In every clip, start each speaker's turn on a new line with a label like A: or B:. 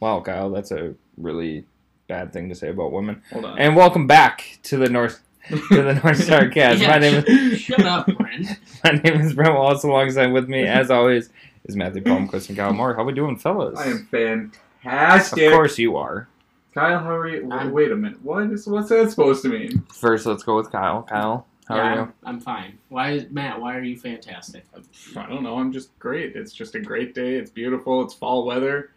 A: Wow, Kyle, that's a really bad thing to say about women.
B: Hold on.
A: And welcome back to the North to the North Star Cast.
B: Yeah,
A: my name is
B: sh- Shut up, Brent.
A: my name is Brent Wallace. Alongside with me, as always, is Matthew Palmquist and Kyle Moore. How we doing, fellas?
C: I am
A: of
C: fantastic.
A: course you are.
C: Kyle, how are you?
B: I'm-
C: Wait, wait a minute. What is what's that supposed to mean?
A: First, let's go with Kyle. Kyle, how
B: yeah,
A: are you?
B: I'm, I'm fine. Why, is Matt? Why are you fantastic?
C: I don't know. I'm just great. It's just a great day. It's beautiful. It's fall weather.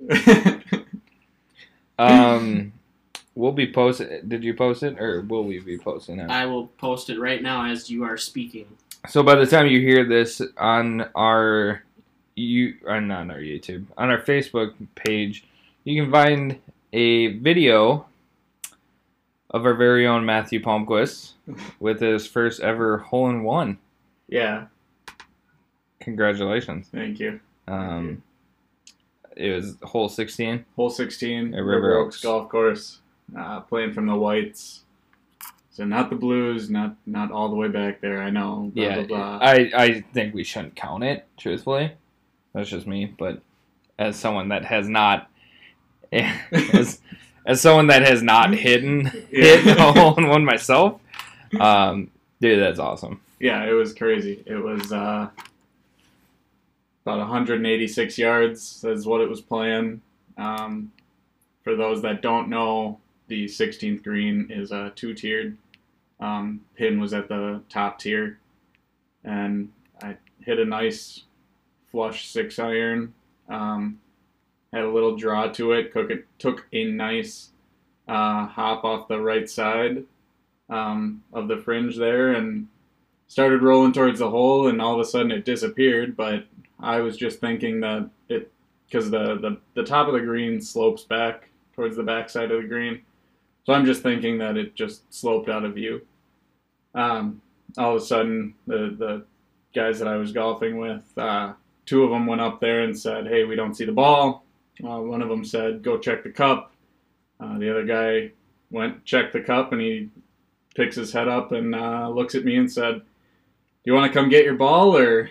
A: Um, we'll be posting. Did you post it, or will we be posting it?
B: I will post it right now as you are speaking.
A: So by the time you hear this on our you on not on our YouTube on our Facebook page, you can find a video of our very own Matthew Palmquist with his first ever hole in one.
C: yeah.
A: Congratulations!
C: Thank you.
A: Um, it was hole sixteen.
C: Hole 16,
A: At River Oaks.
C: Golf Course. Uh, playing from the whites. So not the blues. Not not all the way back there. I know. Blah,
A: yeah,
C: Blah, blah.
A: I I think we shouldn't count it. Truthfully, that's just me. But as someone that has not, as, as someone that has not hidden hit a
C: yeah.
A: hole in one myself, um, dude, that's awesome.
C: yeah. It was crazy. It was uh, about 186 yards. Is what it was playing. Um, for those that don't know, the 16th green is a two-tiered. Um, pin was at the top tier, and I hit a nice flush six iron. Um, had a little draw to it. Cook it took a nice uh, hop off the right side um, of the fringe there, and started rolling towards the hole. And all of a sudden, it disappeared. But I was just thinking that it because the, the the top of the green slopes back towards the back side of the green. So I'm just thinking that it just sloped out of view. Um, all of a sudden, the the guys that I was golfing with, uh, two of them went up there and said, "Hey, we don't see the ball." Uh, one of them said, "Go check the cup." Uh, the other guy went checked the cup and he picks his head up and uh, looks at me and said, "Do you want to come get your ball?" Or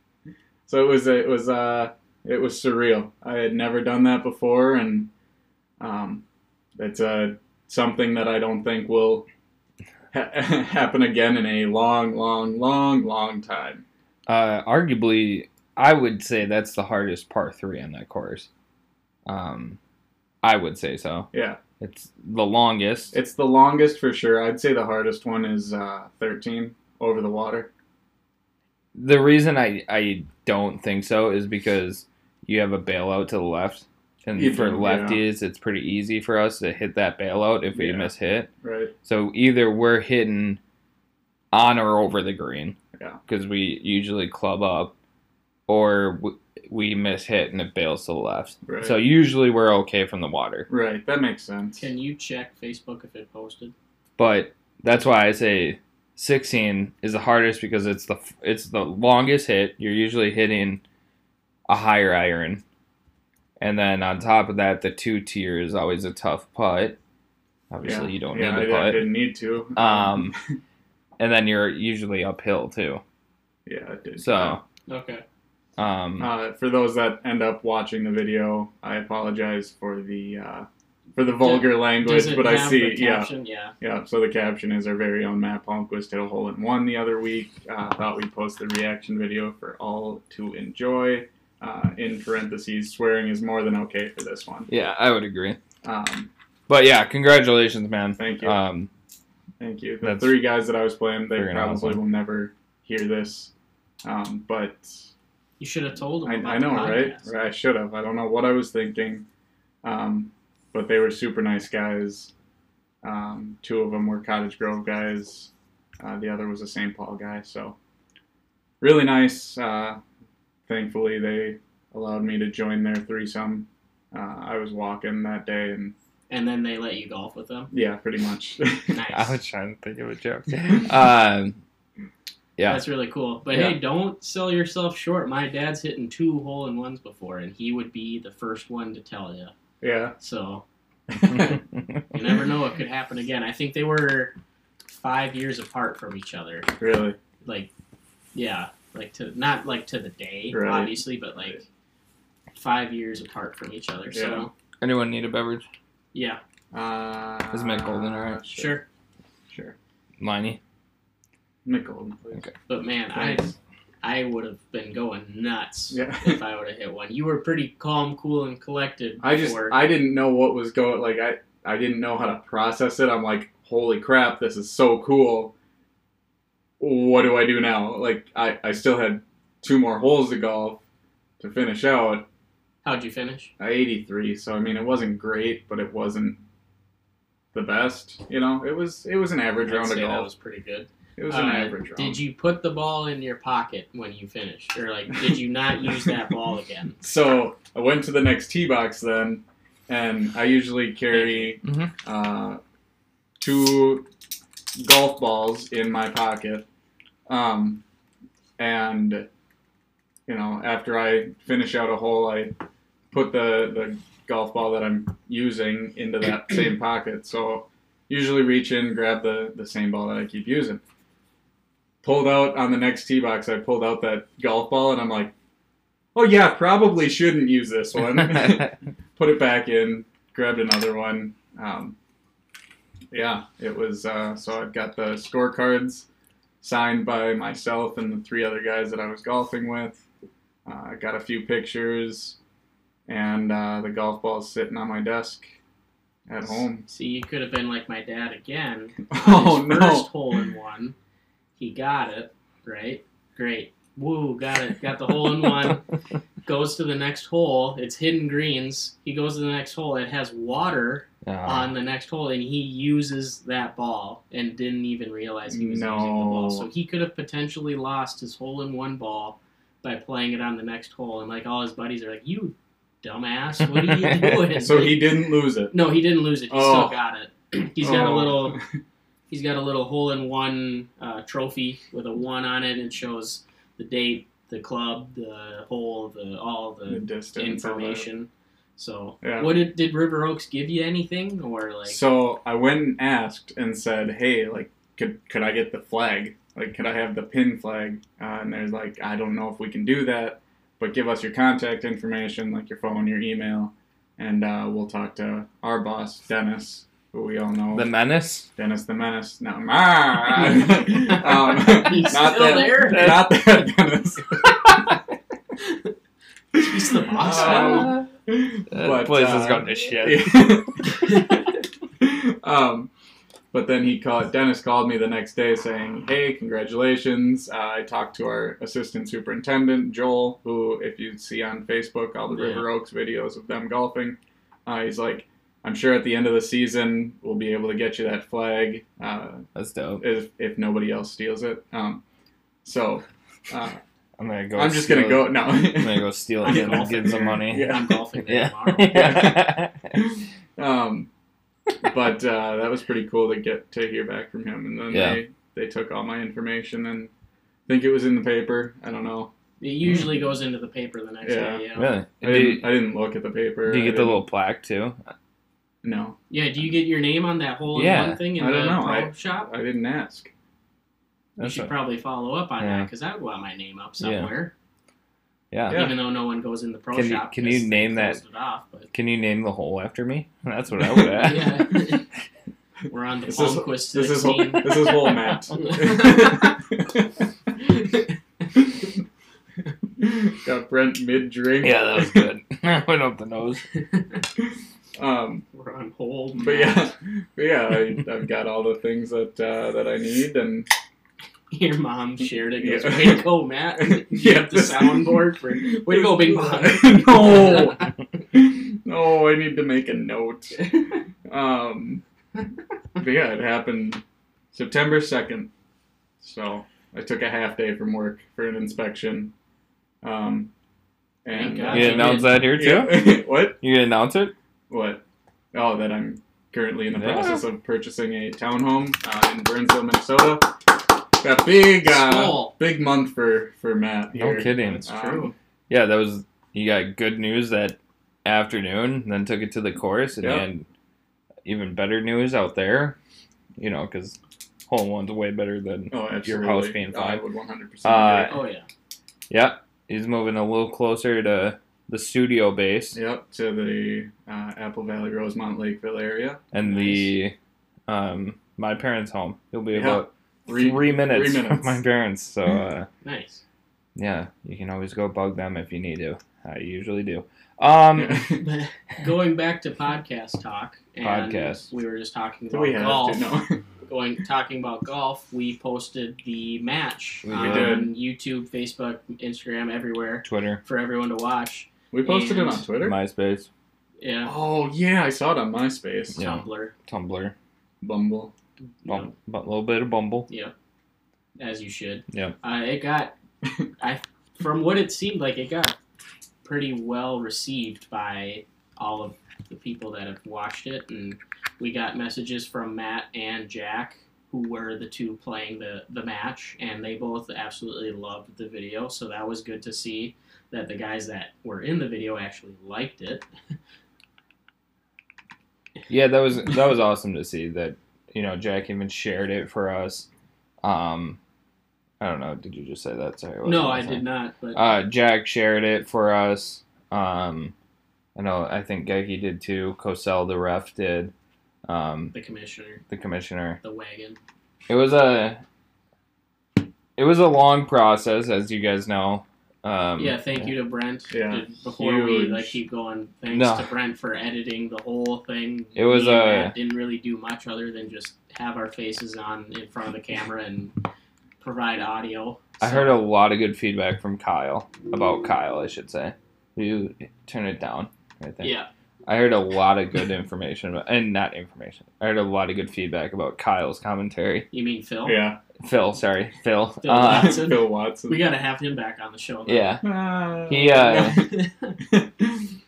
C: so it was. It was. Uh, it was surreal. I had never done that before, and um, it's uh, something that I don't think will ha- happen again in a long, long, long, long time.
A: Uh, arguably, I would say that's the hardest par three on that course. Um, I would say so.
C: Yeah,
A: It's the longest.
C: it's the longest for sure. I'd say the hardest one is uh, 13 over the water.
A: The reason I, I don't think so is because you have a bailout to the left. And
C: You
A: for
C: do, yeah.
A: lefties, it's pretty easy for us to hit that bailout if we
C: Yeah.
A: miss hit.
C: Right.
A: So either we're hitting on or over the green
C: Yeah.
A: because we usually club up, or w- we miss hit and it bails to the left.
C: Right.
A: So usually we're okay from the water,
C: Right. That makes sense.
B: Can you check Facebook if it posted?
A: but that's why I say 16 is the hardest because it's the f- it's the longest hit. You're usually hitting a higher iron, and then on top of that, the two tier is always a tough putt. Obviously, you don't
C: yeah,
A: need to
C: I, I
A: putt.
C: didn't need to.
A: Um, and then you're usually uphill too.
C: yeah, I did.
A: So,
B: Okay.
A: um,
C: Uh, for those that end up watching the video, I apologize for the uh, for the vulgar language,
B: Does it
C: but I
B: have
C: see.
B: the
C: Yeah,
B: caption? Yeah.
C: yeah. So the caption is our very own Matt Palmquist hit a hole in one the other week. Uh, thought we'd post the reaction video for all to enjoy. Uh, in parentheses, swearing is more than okay for this one.
A: yeah, I would agree.
C: Um,
A: But yeah, congratulations, man.
C: thank you,
A: Um,
C: thank you. The
A: that's
C: three guys that I was playing, they
A: friggin'
C: probably
A: awesome.
C: will never hear this, um, but
B: You should have told him.
C: I,
B: about
C: I know,
B: the
C: right?
B: podcast.
C: right? I should have. I don't know what I was thinking, um, but they were super nice guys. Um, two of them were Cottage Grove guys. Uh, the other was a St. Paul guy. So really nice. Uh, thankfully, they allowed me to join their threesome. Uh, I was walking that day, and
B: And then they let you golf with them.
C: yeah, pretty much.
B: Nice.
A: I was trying to think of a joke. um, yeah.
B: That's really cool. But
A: Yeah.
B: hey, don't sell yourself short. My dad's hitting two hole in ones before, and he would be the first one to tell you.
C: yeah.
B: So you never know what could happen again. I think they were five years apart from each other.
C: really.
B: Like, yeah, like to not like to the day,
C: Right.
B: obviously, but like five years apart from each other. So
A: Anyone need a beverage?
B: yeah,
C: Uh,
A: Is Mick Golden alright?
B: sure.
C: Sure.
A: Liney.
C: Mick Golden, please.
A: Okay.
B: But man, I
C: Thanks.
B: I would have been going nuts
C: Yeah.
B: if I would have hit one. You were pretty calm, cool, and collected.
C: I just
B: before.
C: I didn't know what was going like I I didn't know how to process it. I'm like, holy crap, this is so cool. What do I do now? Like I, I still had two more holes to golf to finish out.
B: how'd you finish?
C: I 83, so I mean it wasn't great, but it wasn't the best. You know, it was it was an average
B: I'd
C: round of
B: say that
C: golf.
B: was pretty good.
C: it was an
B: Uh,
C: average round.
B: Did you put the ball in your pocket when you finished, or like did you not use that ball again?
C: So I went to the next tee box then, and I usually carry
A: Mhm.
C: uh, two golf balls in my pocket. Um, and you know, after I finish out a hole, I put the the golf ball that I'm using into that same pocket. So usually reach in, grab the the same ball that I keep using. Pulled out on the next tee box, I pulled out that golf ball, and I'm like, oh yeah, probably shouldn't use this one. put it back in, grabbed another one. Um, yeah, it was. Uh, so I've got the scorecards signed by myself and the three other guys that I was golfing with. Uh, I got a few pictures, and uh, the golf ball's sitting on my desk at home.
B: See, you could have been like my dad again.
C: Oh
B: His First
C: no!
B: hole in one, he got it right. Great, woo, got it, got the hole in one. Goes to the next hole. It's hidden greens. He goes to the next hole. It has water
A: Ah,
B: on the next hole, and he uses that ball and didn't even realize he was
C: No.
B: using the ball. So he could have potentially lost his hole in one ball by playing it on the next hole, and like all his buddies are like, "You dumbass, what are you doing?"
C: So he didn't lose it.
B: no, he didn't lose it. He
C: Oh.
B: still got it. He's got a
C: Oh.
B: little. He's got a little hole in one uh, trophy with a one on it, and it shows the date, the club, the hole, the all
C: The
B: the
C: distance. all Mm-hmm. that.
B: information. So,
C: Yeah.
B: what did, did River Oaks give you anything or like?
C: So I went and asked and said, "Hey, like, could could I get the flag? Like, could I have the pin flag?" Uh, and there's like, "I don't know if we can do that, but give us your contact information, like your phone, your email, and uh, we'll talk to our boss, Dennis, who we all know,
A: the menace.
C: Dennis the Menace." No, mar- um,
B: He's
C: not
B: still
C: that-
B: there.
C: not that Dennis,
B: He's the boss.
C: Um,
A: Uh, that
C: but,
A: place
C: uh,
A: is going to shit.
C: um, but then he called. Dennis called me the next day saying, "Hey, congratulations! Uh, I talked to our assistant superintendent Joel, who, if you see on Facebook, all the
B: Yeah.
C: River Oaks videos of them golfing. Uh, he's like, I'm sure at the end of the season we'll be able to get you that flag uh,
A: That's dope.
C: if if nobody else steals it. Um, so uh,
A: I'm gonna go.
C: I'm just gonna
A: steal
C: go.
A: it.
C: No,
A: I'm gonna go steal it and
B: Golfing
A: get some
B: here.
A: money.
C: Yeah.
B: I'm golfing there
A: Yeah.
B: tomorrow.
C: Um, but uh, that was pretty cool to get to hear back from him, and then
A: Yeah.
C: they they took all my information and I think it was in the paper. I don't know.
B: It usually goes into the paper the next
C: Yeah.
B: day. Yeah.
A: really?
C: I
A: Do you,
C: didn't, I didn't look at the paper.
A: do you
C: I
A: get the
C: didn't-
A: little plaque too?
C: No,
B: Yeah. Do you get your name on that hole in
A: Yeah.
B: one thing in
C: I don't
B: the
C: know.
B: pro
C: I-
B: shop?
C: I didn't ask.
B: You
A: That's
B: should
A: a-
B: probably follow up on that 'cause
A: Yeah.
B: that because I would want my name up
A: Yeah.
B: somewhere,
A: yeah.
C: Yeah.
B: even though no one goes in the pro
A: Can you-
B: shop.
A: can you
B: 'cause they
A: name that-
B: closed It off, but
A: Can you name the hole after me? That's what I would ask.
B: yeah. We're on the
C: This is-
B: Palmquist
C: This is
B: 16.
C: this is whole Matt. Got Brent mid drink.
A: Yeah, that was good. I went up the nose.
C: Um,
B: We're on hold.
C: But yeah, but yeah, I, I've got all the things that uh, that I need, and
B: Your mom shared it. Goes,
C: Yeah.
B: Way to go, Matt. You
C: Yeah,
B: have the
C: this-
B: soundboard for. Way to go, Big Mom.
C: no, no, I need to make a note. Um, but yeah, it happened September second, so I took a half day from work for an inspection. Um, and uh,
B: Thank God.
A: You
B: Yeah,
A: announce that here too?
C: Yeah. what?
A: You gonna announce it?
C: What? Oh, that I'm currently in the
A: Yeah.
C: process of purchasing a townhome uh, in Burnsville, Minnesota. Got big, uh,
B: Skull.
C: big month for for Matt
A: No
C: here.
A: kidding.
B: That's
C: Um,
B: true.
A: Yeah, that was. You got good news that afternoon, then took it to the course, and
C: Yeah.
A: then even better news out there. You know, because hole in one's way better than.
C: Oh, absolutely.
A: house being
C: Oh, I
A: fine.
C: would 100.
A: Uh,
B: oh yeah.
A: Yeah, he's moving a little closer to the studio base
C: Yep, to the uh, Apple Valley, Rosemont, Lakeville area.
A: and the um, my parents' home. You'll be
C: Yeah.
A: about
C: Three-
A: three, minutes
C: three
A: from
C: minutes.
A: my parents. So uh,
B: Nice.
A: yeah, you can always go bug them if you need to. I usually do. Um,
B: But going back to podcast talk, and
A: Podcast.
B: we were just talking
C: Do
B: about
C: we have
B: Oh, golf.
C: to know?
B: Going talking about golf, we posted the match
A: We
B: on
C: did.
B: YouTube, Facebook, Instagram, everywhere
A: Twitter,
B: for everyone to watch.
C: We posted
B: And-
C: it on Twitter.
A: MySpace,
B: Yeah,
C: Oh yeah, I saw it on MySpace.
A: Yeah.
B: Tumblr,
A: Tumblr,
C: Bumble.
A: Bum- bu- a little bit of Bumble.
B: yeah, yeah, as you should.
A: Yeah.
B: uh, it got. I from what it seemed like, it got pretty well received by all of the people that have watched it, and we got messages from Matt and Jack, who were the two playing the the match, and they both absolutely loved the video. So that was good to see that the guys that were in the video actually liked it.
A: Yeah, that was that was awesome to see that you know Jack even shared it for us. Um, I don't know. Did you just say that? Sorry. what was
B: No,
A: I
B: I
A: saying?
B: did not, but
A: Uh, Jack shared it for us. Um, I know. I think Geikie did too. Cosell, the ref, did. Um,
B: the commissioner,
A: the commissioner.
B: the wagon.
A: It was a. It was a long process, as you guys know. Um,
B: yeah, thank you to Brent.
C: Yeah,
B: Did- Before we
C: huge.
B: like keep going, thanks
A: No.
B: to Brent for editing the whole thing.
A: It was,
B: Me and
A: uh,
B: Matt didn't really do much other than just have our faces on in front of the camera and provide audio.
A: I
B: So,
A: heard a lot of good feedback from Kyle about Kyle. I should say. Will You turn it down right there.
B: yeah,
A: I heard a lot of good information, about, and not information. I heard a lot of good feedback about Kyle's commentary.
B: you mean Phil?
C: Yeah.
A: Phil, sorry, Phil.
B: Phil.
A: Uh,
B: Oh, Watson.
C: Bill Watson.
B: We gotta have him back on the show. though.
A: yeah,
C: Ah.
A: He, uh,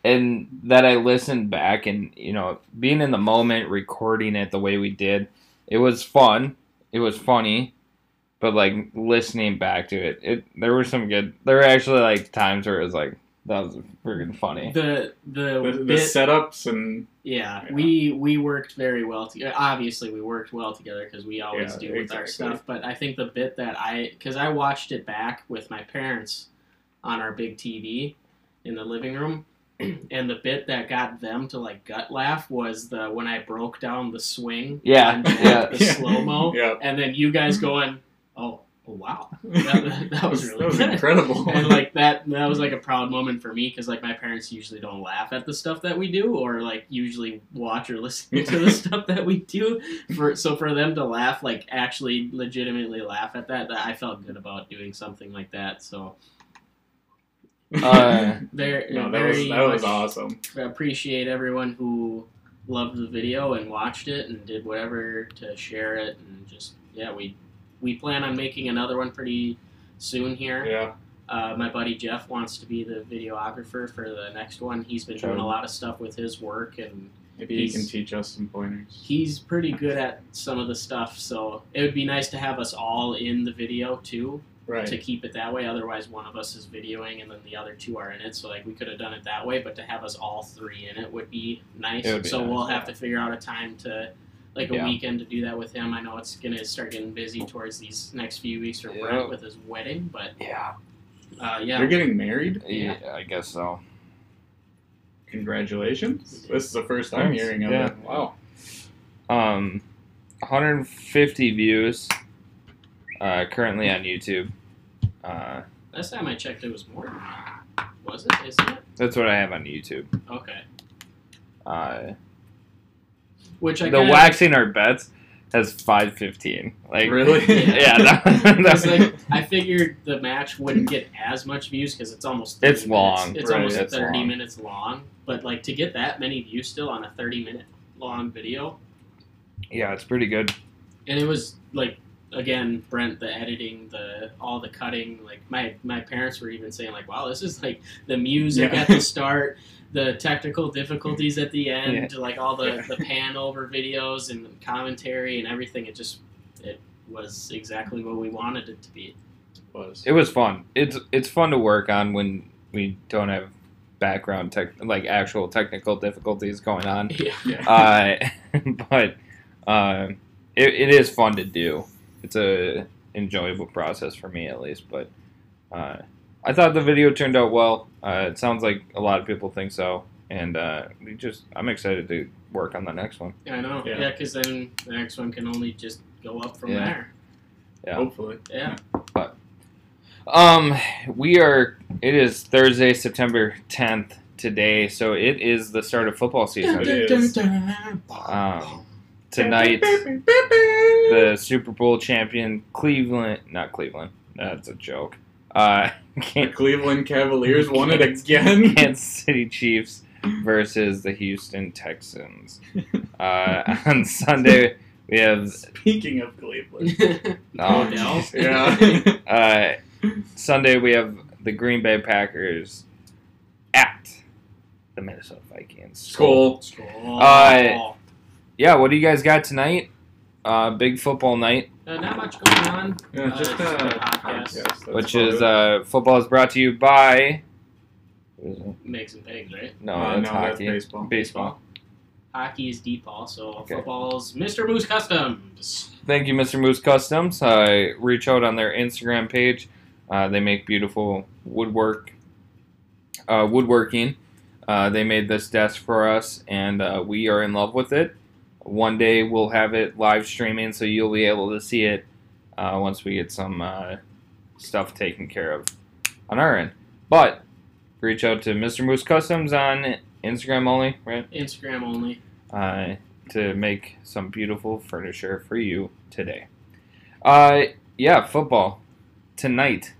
A: and that I listened back, and you know, being in the moment, recording it the way we did, it was fun. It was funny, but like listening back to it, it there were some good. There were actually like times where it was like that was freaking funny.
B: The the,
C: the, the
B: bit-
C: setups and
B: yeah,
C: Yeah.
B: we we worked very well together. Obviously, we worked well together because we always
C: Yeah,
B: do with our
C: exactly.
B: stuff. But I think the bit that I because I watched it back with my parents on our big TV in the living room, and the bit that got them to like gut laugh was the when I broke down the swing.
A: Yeah,
B: on
A: yeah.
B: the slow mo,
C: Yeah.
B: and then you guys going, oh, oh wow, that, that was really
C: that was
B: good
C: incredible.
B: and like that that was like a proud moment for me because like my parents usually don't laugh at the stuff that we do or like usually watch or listen to the stuff that we do for so for them to laugh like actually legitimately laugh at that, that i felt good about doing something like that so
A: Uh,
B: there
C: no, that
B: very
C: was that was
B: much
C: awesome.
B: appreciate everyone who loved the video and watched it and did whatever to share it and just yeah we we plan on making another one pretty soon here
C: Yeah.
B: Uh, my buddy Jeff wants to be the videographer for the next one. He's been doing
A: Sure.
B: a lot of stuff with his work, and
C: Maybe he can
B: He's-
C: teach us some pointers.
B: he's pretty good at some of the stuff. So it would be nice to have us all in the video too to
C: Right.
B: keep it that way. Otherwise, one of us is videoing and then the other two are in it. So like we could have done it that way, but to have us all three in it would be nice.
A: It would be
B: so
A: nice,
B: we'll have
A: yeah.
B: to figure out a time to. Like a
A: Yeah.
B: weekend to do that with him. I know it's gonna start getting busy towards these next few weeks for
A: Yeah.
B: Brent with his wedding, but
A: yeah,
B: uh, yeah,
C: You're getting married.
A: yeah, I guess so.
C: Congratulations. This is the first time
A: Thanks.
C: hearing of
A: Yeah.
C: it. Wow.
A: um 150 views uh currently on youtube uh
B: Last time I checked, it was more than that. Was it? Isn't it?
A: that's what i have on youtube
B: Okay.
A: uh
B: Which I
A: the
B: kinda-
A: waxing our bets has 515 like
C: Really?
A: yeah that,
B: It's
A: that,
B: like, I figured the match wouldn't get as much views because it's almost 30
A: It's
B: minutes.
A: long,
B: It's
C: right,
B: almost
A: it's
B: thirty
A: long.
B: minutes long, but like to get that many views still on a thirty-minute long video,
A: yeah it's pretty good
B: and it was like again Brent the editing, the all the cutting. Like my my parents were even saying like, wow, this is like the music
C: Yeah.
B: at the start. The technical difficulties at the end, like all the,
C: Yeah.
B: the pan over videos and the commentary and everything, it just it was exactly what we wanted it to be.
C: Was.
A: it was fun it's it's fun to work on when we don't have background tech like actual technical difficulties going on
B: Yeah,
C: Yeah.
A: uh, but uh, it, it is fun to do. It's a enjoyable process for me at least. But uh, I thought the video turned out well. Uh, it sounds like a lot of people think so, and uh, we just I'm excited to work on the next one.
B: I know.
C: Yeah.
B: Yeah, because then the next one can only just go up from
A: Yeah.
B: there.
A: Yeah.
C: Hopefully.
B: Yeah.
A: Um, we are. It is Thursday, September 10th today, so it is the start of football season.
C: It is.
A: Um, tonight, the Super Bowl champion Cleveland, not Cleveland. That's a joke. Uh,
C: The
A: Kansas
C: Cleveland Cavaliers won it again.
A: City Chiefs versus the Houston Texans. Uh, on Sunday, we have
C: Speaking of Cleveland.
A: oh,
B: Odell.
A: geez.
C: Yeah.
A: Uh, Sunday we have the Green Bay Packers at the Minnesota Vikings.
C: Skull.
A: Uh, Yeah, what do you guys got tonight? Uh, big football night,
B: Uh, not much going on.
C: Yeah, just
B: Uh,
C: a
B: podcast.
C: podcast. that's
A: which
C: about
A: is
C: it.
A: uh, football is brought to you by. No,
B: Makes and pigs,
C: Uh,
B: right?
A: that's
C: no, that's
A: hockey.
C: baseball.
A: baseball.
B: Hockey is deep ball, so
A: Okay.
B: football's Mr. Moose Customs.
A: Thank you, Mr. Moose Customs. Uh, reach out on their Instagram page. Uh, they make beautiful woodwork, uh, woodworking. Uh, they made this desk for us, and uh, we are in love with it. One day we'll have it live streaming, so you'll be able to see it uh, once we get some uh, stuff taken care of on our end. But reach out to Mr. Moose Customs on Instagram only, right?
B: Instagram only.
A: uh, to make some beautiful furniture for you today. Uh, yeah, football tonight.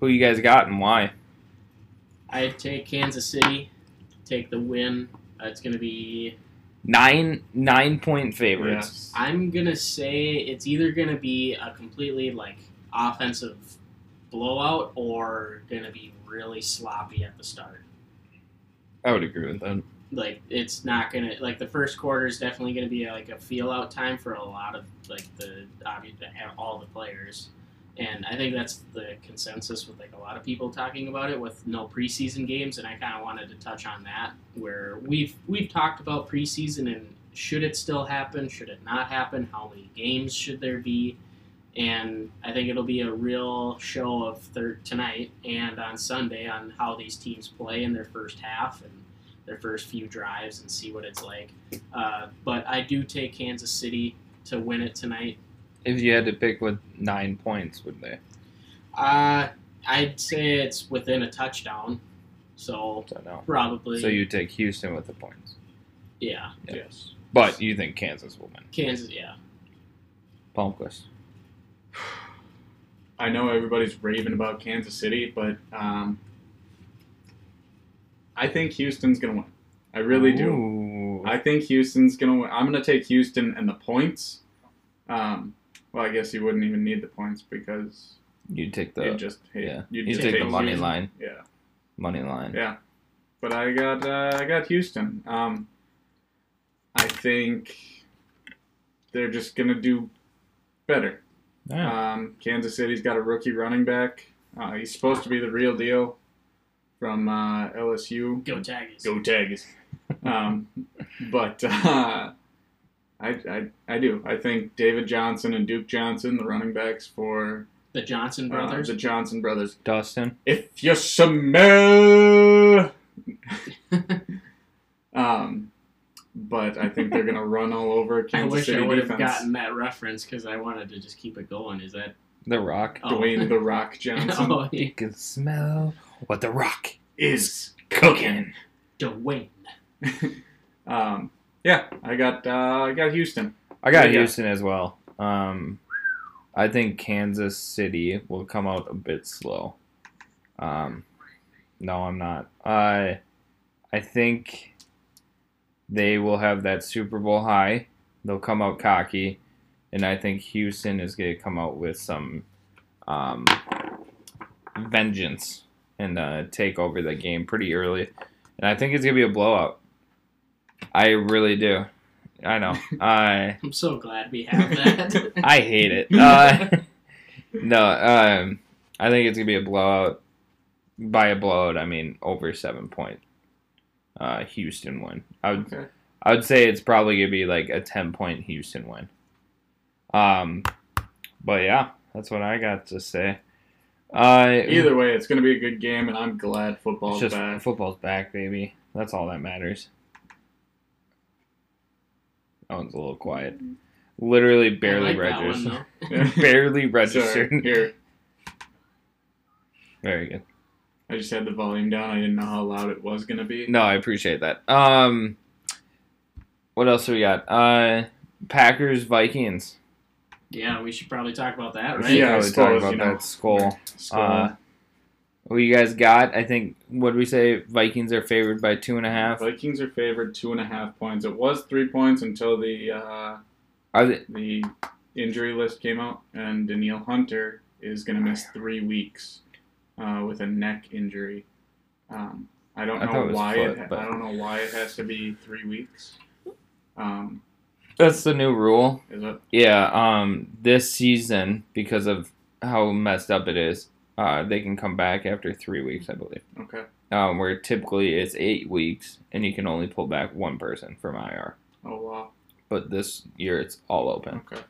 A: Who you guys got and why?
B: I'd take Kansas City, take the win. Uh, it's gonna be.
A: Nine nine point favorites.
C: Yes.
B: I'm gonna say it's either gonna be a completely like offensive blowout or gonna be really sloppy at the start.
A: I would agree with that.
B: like it's not gonna like the first quarter is definitely gonna be like a feel out time for a lot of like the obvious all the players, and I think that's the consensus with like a lot of people talking about it with no preseason games, and I kind of wanted to touch on that where we've we've talked about preseason and should it still happen, should it not happen, how many games should there be. And I think it'll be a real show of third tonight and on Sunday on how these teams play in their first half and their first few drives and see what it's like. Uh, but I do take Kansas City to win it tonight.
A: If you had to pick with nine points, would they?
B: Uh, I'd say it's within a touchdown, so
A: don't know.
B: probably
A: So you take Houston with the points,
B: yeah
C: Yes.
A: but you think Kansas will win?
B: Kansas yeah
A: Palmquist.
C: I know everybody's raving about Kansas City, but um, I think Houston's gonna win. I really
A: do.
C: do. I think Houston's gonna win. I'm gonna take Houston and the points. Um, well, I guess you wouldn't even need the points because
A: You take
C: you
A: the
C: just hey,
A: yeah.
C: you'd
A: You take the money
C: Houston.
A: line.
C: Yeah,
A: Money line.
C: yeah. But I got uh, I got Houston. Um, I think they're just gonna do better.
A: Yeah.
C: Um, Kansas City's got a rookie running back. Uh, he's supposed to be the real deal from uh, LSU.
B: go Tigers
C: Go Tigers. um, but uh, I, I I do. I think David Johnson and Duke Johnson, the running backs for
B: the Johnson
C: uh,
B: brothers
C: the Johnson brothers.
A: Dustin.
C: If you smell. um, but I think they're gonna run all over
B: I
C: Kansas
B: wish I
C: City
B: would have
C: defense.
B: gotten that reference because I wanted to just keep it going is that
A: The Rock.
B: oh.
C: Dwayne the Rock Johnson
B: oh, yeah.
A: You can smell what the Rock
C: is cooking.
B: Dwayne
C: Um, yeah, I got uh, I got Houston.
A: I got
C: Yeah.
A: Houston as well. Um, I think Kansas City will come out a bit slow. Um, no, I'm not. I I think they will have that Super Bowl high. They'll come out cocky, and I think Houston is going to come out with some um, vengeance and uh, take over the game pretty early. And I think it's going to be a blowout. I really do. I know. I.
B: I'm so glad we have that
A: I hate it. Uh, no, um, I think it's gonna be a blowout. By a blowout, I mean over seven point. Uh, Houston win. I would
C: Okay.
A: I would say it's probably gonna be like a ten point Houston win. Um, but yeah, that's what I got to say. Uh,
C: Either way, it's going to be a good game, and I'm glad football's
A: it's just
C: back.
A: football's back, baby. That's all that matters. That one's a little quiet. Literally barely
B: I like that one,
A: registered.
B: though.
A: barely
C: Sorry,
A: registered.
C: here.
A: Very good.
C: I just had the volume down. I didn't know how loud it was going to be.
A: No, I appreciate that. Um, what else do we got? Uh, Packers Vikings.
B: Yeah, we should probably talk about that,
A: We
B: right?
A: should
C: Yeah, I
A: probably talk
C: suppose,
A: about
C: you know.
A: that skull.
C: Skull.
A: Uh, what you guys got? I think what did we say? Vikings are favored by two and a half.
C: Vikings are favored two and a half points. It was three points until the uh,
A: Are they?
C: the injury list came out, and Daniil Hunter is going to
A: Oh,
C: miss three weeks uh, with a neck injury. Um, I don't
A: I thought it
C: know
A: was
C: why
A: foot,
C: it.
A: but-
C: I don't know why it has to be three weeks. Um,
A: That's the new rule.
C: is it?
A: Yeah, um, this season because of how messed up it is, uh, they can come back after three weeks, I believe.
C: Okay.
A: Um, where typically it's eight weeks, and you can only pull back one person from IR.
C: Oh wow.
A: But this year it's all open.
C: Okay.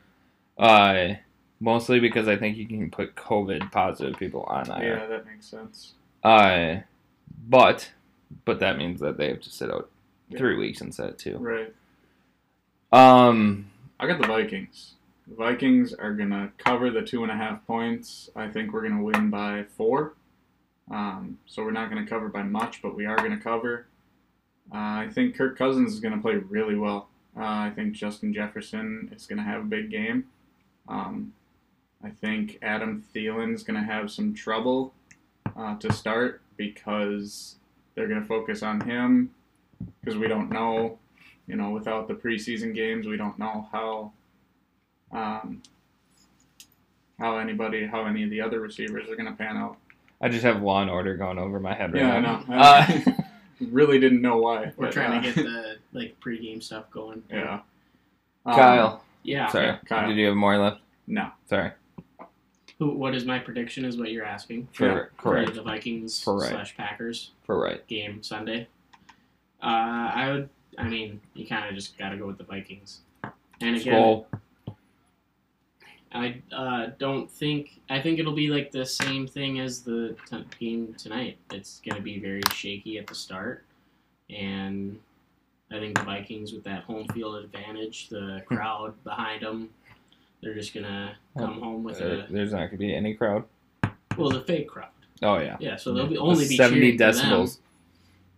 A: Uh, mostly because I think you can put COVID positive people on IR.
C: Yeah, that makes sense.
A: Uh, but but that means that they have to sit out
C: Yeah.
A: three weeks instead of two.
C: Right.
A: Um,
C: I got the Vikings. The Vikings are gonna cover the two and a half points. I think we're gonna win by four. Um, so we're not gonna cover by much, but we are gonna cover. Uh, I think Kirk Cousins is gonna play really well. Uh, I think Justin Jefferson is gonna have a big game. Um, I think Adam Thielen's gonna have some trouble uh, to start because they're gonna focus on him because we don't know you know, without the preseason games, we don't know how um, how anybody, how any of the other receivers are going to pan out.
A: I just have Law and Order going over my head right
C: Yeah, I
A: now.
C: know.
A: Uh,
C: really didn't know why.
B: We're
C: but,
B: trying to
C: uh,
B: get the like pregame stuff going.
C: yeah. Um,
A: Kyle,
B: Yeah.
A: sorry,
C: yeah, Kyle.
A: did you have more left?
C: No.
A: Sorry,
B: Who? What is my prediction? Is what you're asking?
A: for
C: Yeah.
A: correct
B: For the Vikings
A: Correct.
B: slash Packers
A: for right.
B: game Sunday. Uh, I would. I mean, you kind of just got to go with the Vikings. And again,
A: Skull.
B: I uh, don't think. I think it'll be like the same thing as the t- game tonight. It's going to be very shaky at the start, and I think the Vikings with that home field advantage, the crowd behind them, they're just going to come home with
A: There-
B: a
A: there's not gonna be any crowd.
B: well, the fake crowd.
A: Oh yeah,
B: Yeah, so they'll be only be
A: seventy
B: cheering for them.
A: decibels.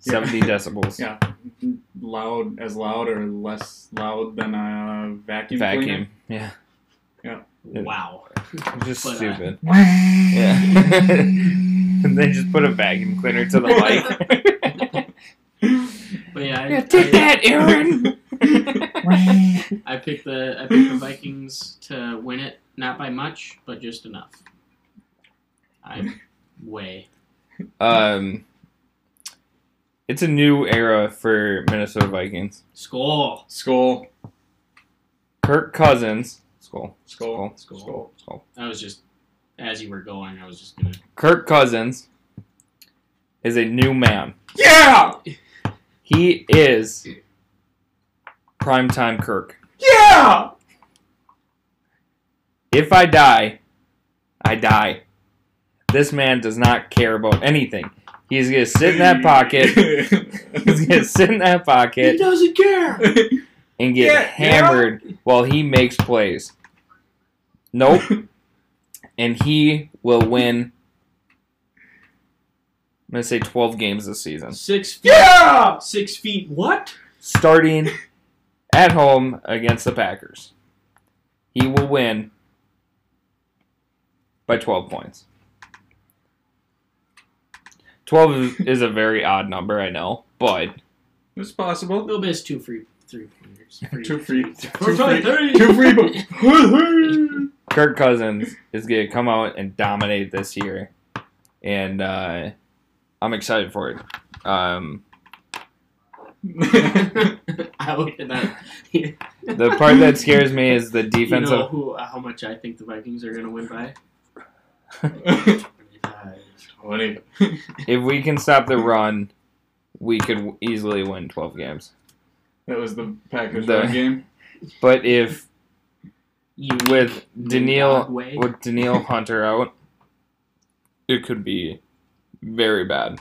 C: Yeah.
A: Seventy decibels.
C: Yeah. Loud, as loud or less loud than a vacuum
A: Vacuum. Yeah.
B: Wow.
A: Just
B: But, uh,
A: stupid.
C: cleaner.
A: Yeah. and they just put a vacuum cleaner to the mic.
B: But yeah, I,
A: Yeah, take
B: I-
A: that, Aaron.
B: I picked the I picked the Vikings to win it, not by much, but just enough. I way.
A: um, it's a new era for Minnesota Vikings.
B: Skull.
C: Skull.
A: Kirk Cousins. Skull.
C: Skull.
B: Skull.
A: Skull. Skull.
B: I was just as you were going, I was just gonna
A: Kirk Cousins is a new man.
C: Yeah!
A: He is primetime Kirk.
C: Yeah!
A: If I die, I die. This man does not care about anything. He's gonna sit in that pocket. He's gonna sit in that pocket
B: doesn't care.
A: and get
C: Yeah,
A: hammered while he makes plays. Nope. and he will win. I'm gonna say 12 games this season,
B: Six feet
C: yeah!
B: six feet what?
A: starting at home against the Packers. He will win by 12 points. 12 is- is a very odd number, I know, but
C: It's possible.
B: No best two free three pointers. Free-
C: Two free.
B: Four, five, three.
C: Two free. bo-
A: Kirk Cousins is going to come out and dominate this year, and uh, I'm excited for it. Um,
B: I look at that.
A: the part that scares me is the
B: You
A: defensive.
B: know who, how much I think the Vikings are gonna win by?
C: Twenty.
A: If we can stop the run, we could w- easily win 12 games.
C: That was the Packers
A: The-
C: run game.
A: But if with Daniil
B: Way.
A: with Daniil Hunter out, it could be very bad.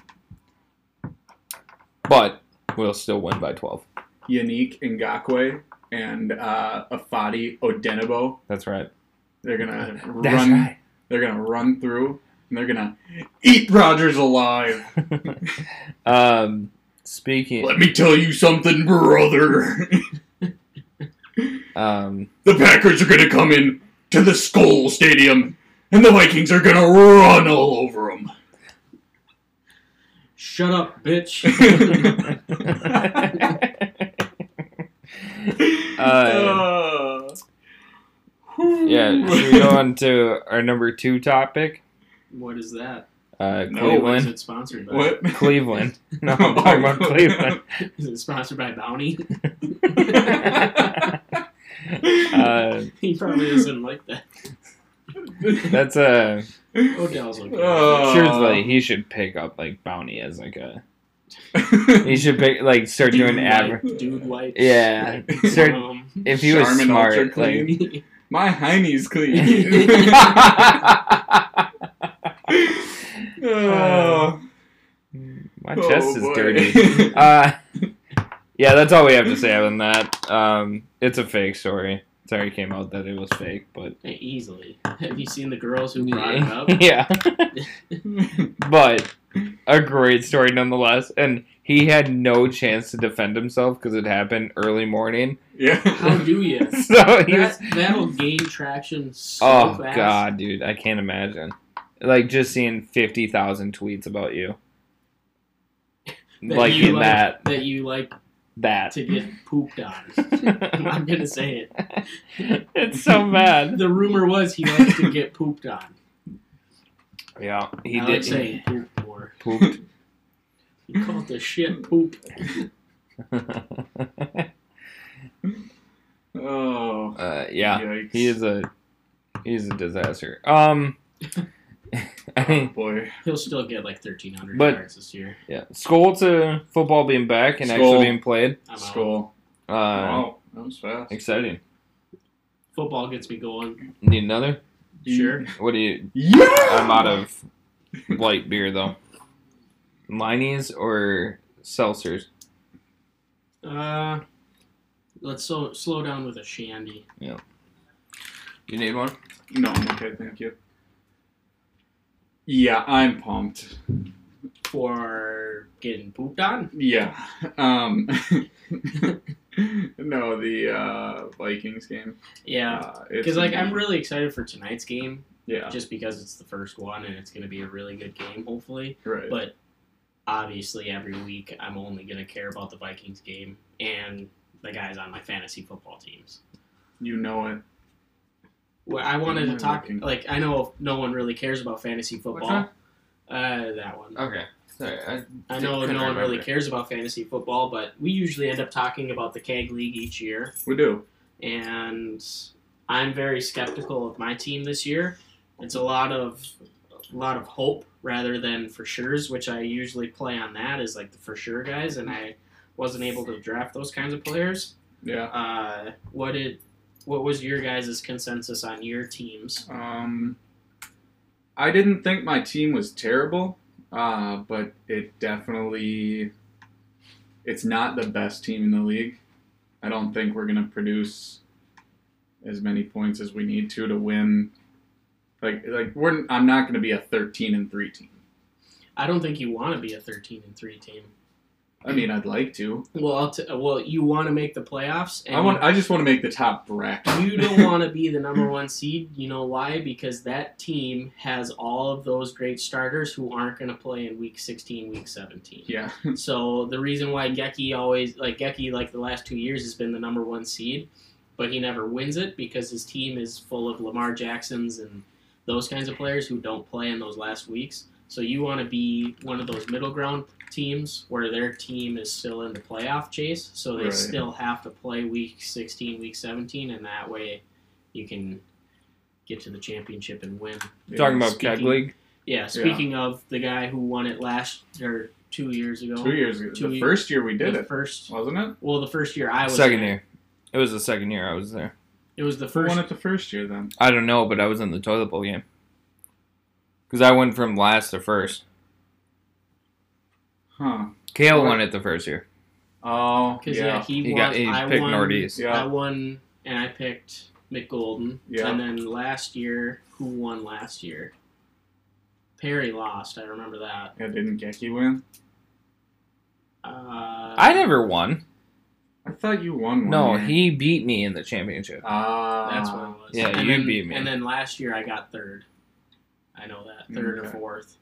A: But we'll still win by 12.
C: Yannick Ngakwe and uh, Afadi Odenabo.
A: That's right.
C: They're gonna
A: That's
C: run.
A: right.
C: They're gonna run through and they're gonna eat Rogers alive.
A: um, speaking,
C: Let me tell you something, brother.
A: um,
C: the Packers are gonna come in to the Skull Stadium, and the Vikings are gonna run all over them.
B: Shut up, bitch.
A: Uh,
C: Uh,
A: yeah, should we go on to our number two topic?
B: what is that?
A: Uh,
C: No,
B: What is
A: Cleveland.
B: it sponsored by?
C: What?
A: Cleveland. No, I'm talking about Cleveland.
B: Is it sponsored by Bounty?
A: uh,
B: he probably doesn't like that.
A: that's a
B: Odell's okay.
C: Oh.
A: seriously. He should pick up like Bounty as like a. He should pick like start
B: dude
A: doing average.
B: wipe- dude wipes.
A: Yeah,
B: Like,
A: start-
B: um,
A: If he was
C: Charmin Ultra
A: smart,
C: Clean.
A: like.
C: My hiney's clean.
A: Uh, My chest
C: oh,
A: is
C: boy.
A: dirty. Uh, yeah, that's all we have to say on that. Um, it's a fake story. It already came out that it was fake, but
B: easily. Have you seen the girls who brought it up?
A: yeah, but a great story nonetheless. And he had no chance to defend himself because it happened early morning.
B: How
C: yeah.
B: do you?
A: So he was
B: That, that'll gain traction so
A: Oh
B: fast.
A: god, dude, I can't imagine. Like just seeing fifty thousand tweets about you,
B: That
A: like
B: you
A: in
B: like-
A: that
B: That you like
A: that.
B: to get pooped on. I'm gonna say it.
A: it's so bad.
B: The rumor was he likes to get pooped on.
A: Yeah, he
B: I like
A: did.
B: saying poop more.
A: pooped.
B: He called the shit poop.
C: Oh.
A: uh, yeah,
C: Yikes.
A: he is a he's a disaster. Um, I
C: Oh,
A: mean,
C: boy.
B: He'll still get like 1,300
A: But-
B: yards this year.
A: yeah. Skull to football being back and
C: Skol.
A: actually being played.
B: I'm out.
C: Skull.
A: Uh,
C: wow. That was fast.
A: exciting.
B: Football gets me going.
A: Need another?
B: Sure.
A: What do you?
C: Yeah!
A: I'm out of light beer though. Liney's or seltzers?
B: Uh, let's so, slow down with a shandy.
A: You need one?
C: No, I'm okay. Thank you. Yeah, I'm pumped.
B: For getting pooped on?
C: Yeah. Um. no, the uh, Vikings game.
B: Yeah.
C: Uh, it's-
B: Because like I'm really excited for tonight's game,
C: Yeah.
B: just because it's the first one and it's going to be a really good game, hopefully.
C: Right.
B: But obviously, every week I'm only going to care about the Vikings game and the guys on my fantasy football teams.
C: you know it.
B: Well, I wanted to
C: Mm,
B: talk.
C: okay.
B: Like I know no one really cares about fantasy football. Uh, that one.
A: Okay. Sorry. I,
B: I know
A: couldn't
B: no one really
A: remember.
B: cares about fantasy football, but we usually end up talking about the keg league each year.
C: We do.
B: and I'm very skeptical of my team this year. It's a lot of a lot of hope rather than for sure's, which I usually play on that is like the for sure guys, and I wasn't able to draft those kinds of players.
C: Yeah.
B: Uh, what did what was your guys' consensus on your teams?
C: Um, I didn't think my team was terrible, uh, but it definitely it's not the best team in the league. I don't think we're gonna produce as many points as we need to to win. Like like we're I'm not gonna be a 13 and three team.
B: I don't think you want to be a 13 and 3 team.
C: I mean, I'd like to.
B: Well, I'll t- well, you want to make the playoffs and
C: I want. I just want to make the top bracket.
B: You don't want to be the number one seed. You know why? Because that team has all of those great starters who aren't going to play in week 16, week 17.
C: yeah.
B: So the reason why Gecky always, like Gecky, like the last two years has been the number one seed, but he never wins it because his team is full of Lamar Jacksons and those kinds of players who don't play in those last weeks. So you want to be one of those middle ground teams where their team is still in the playoff chase, so they
C: Right.
B: still have to play week 16, week 17, and that way you can get to the championship and win.
A: Talking about keg
B: Speaking-
A: league.
B: Yeah, speaking of the guy who won it last or two years ago.
C: two years ago.
B: Two
C: the
B: years-
C: first year we did
B: the
C: it,
B: first
C: wasn't it?
B: well, the first year I was
A: Second
B: there.
A: year. It was the second year I was there.
B: It was the
C: Who
B: first.
C: won it the first year then?
A: I don't know, but I was in the toilet bowl game. Because I went from last to first.
C: Huh.
A: Kale
C: Right.
A: won it the first year.
C: Oh,
B: Because yeah.
C: yeah.
B: he,
A: He
B: won.
A: got he
B: I
A: picked
B: won.
A: Northeast.
B: I
C: Yeah.
B: won, and I picked McGolden.
C: Yeah.
B: And then last year, who won last year? Perry lost. I remember that.
C: yeah. Didn't Geki win?
B: Uh,
A: I never won.
C: I thought you won one.
A: No,
C: year.
A: he beat me in the championship.
C: Ah.
B: That's what it was.
A: Yeah,
B: and
A: you
B: then,
A: beat me.
B: And then last year I got third. I know that third or
C: Okay.
B: fourth.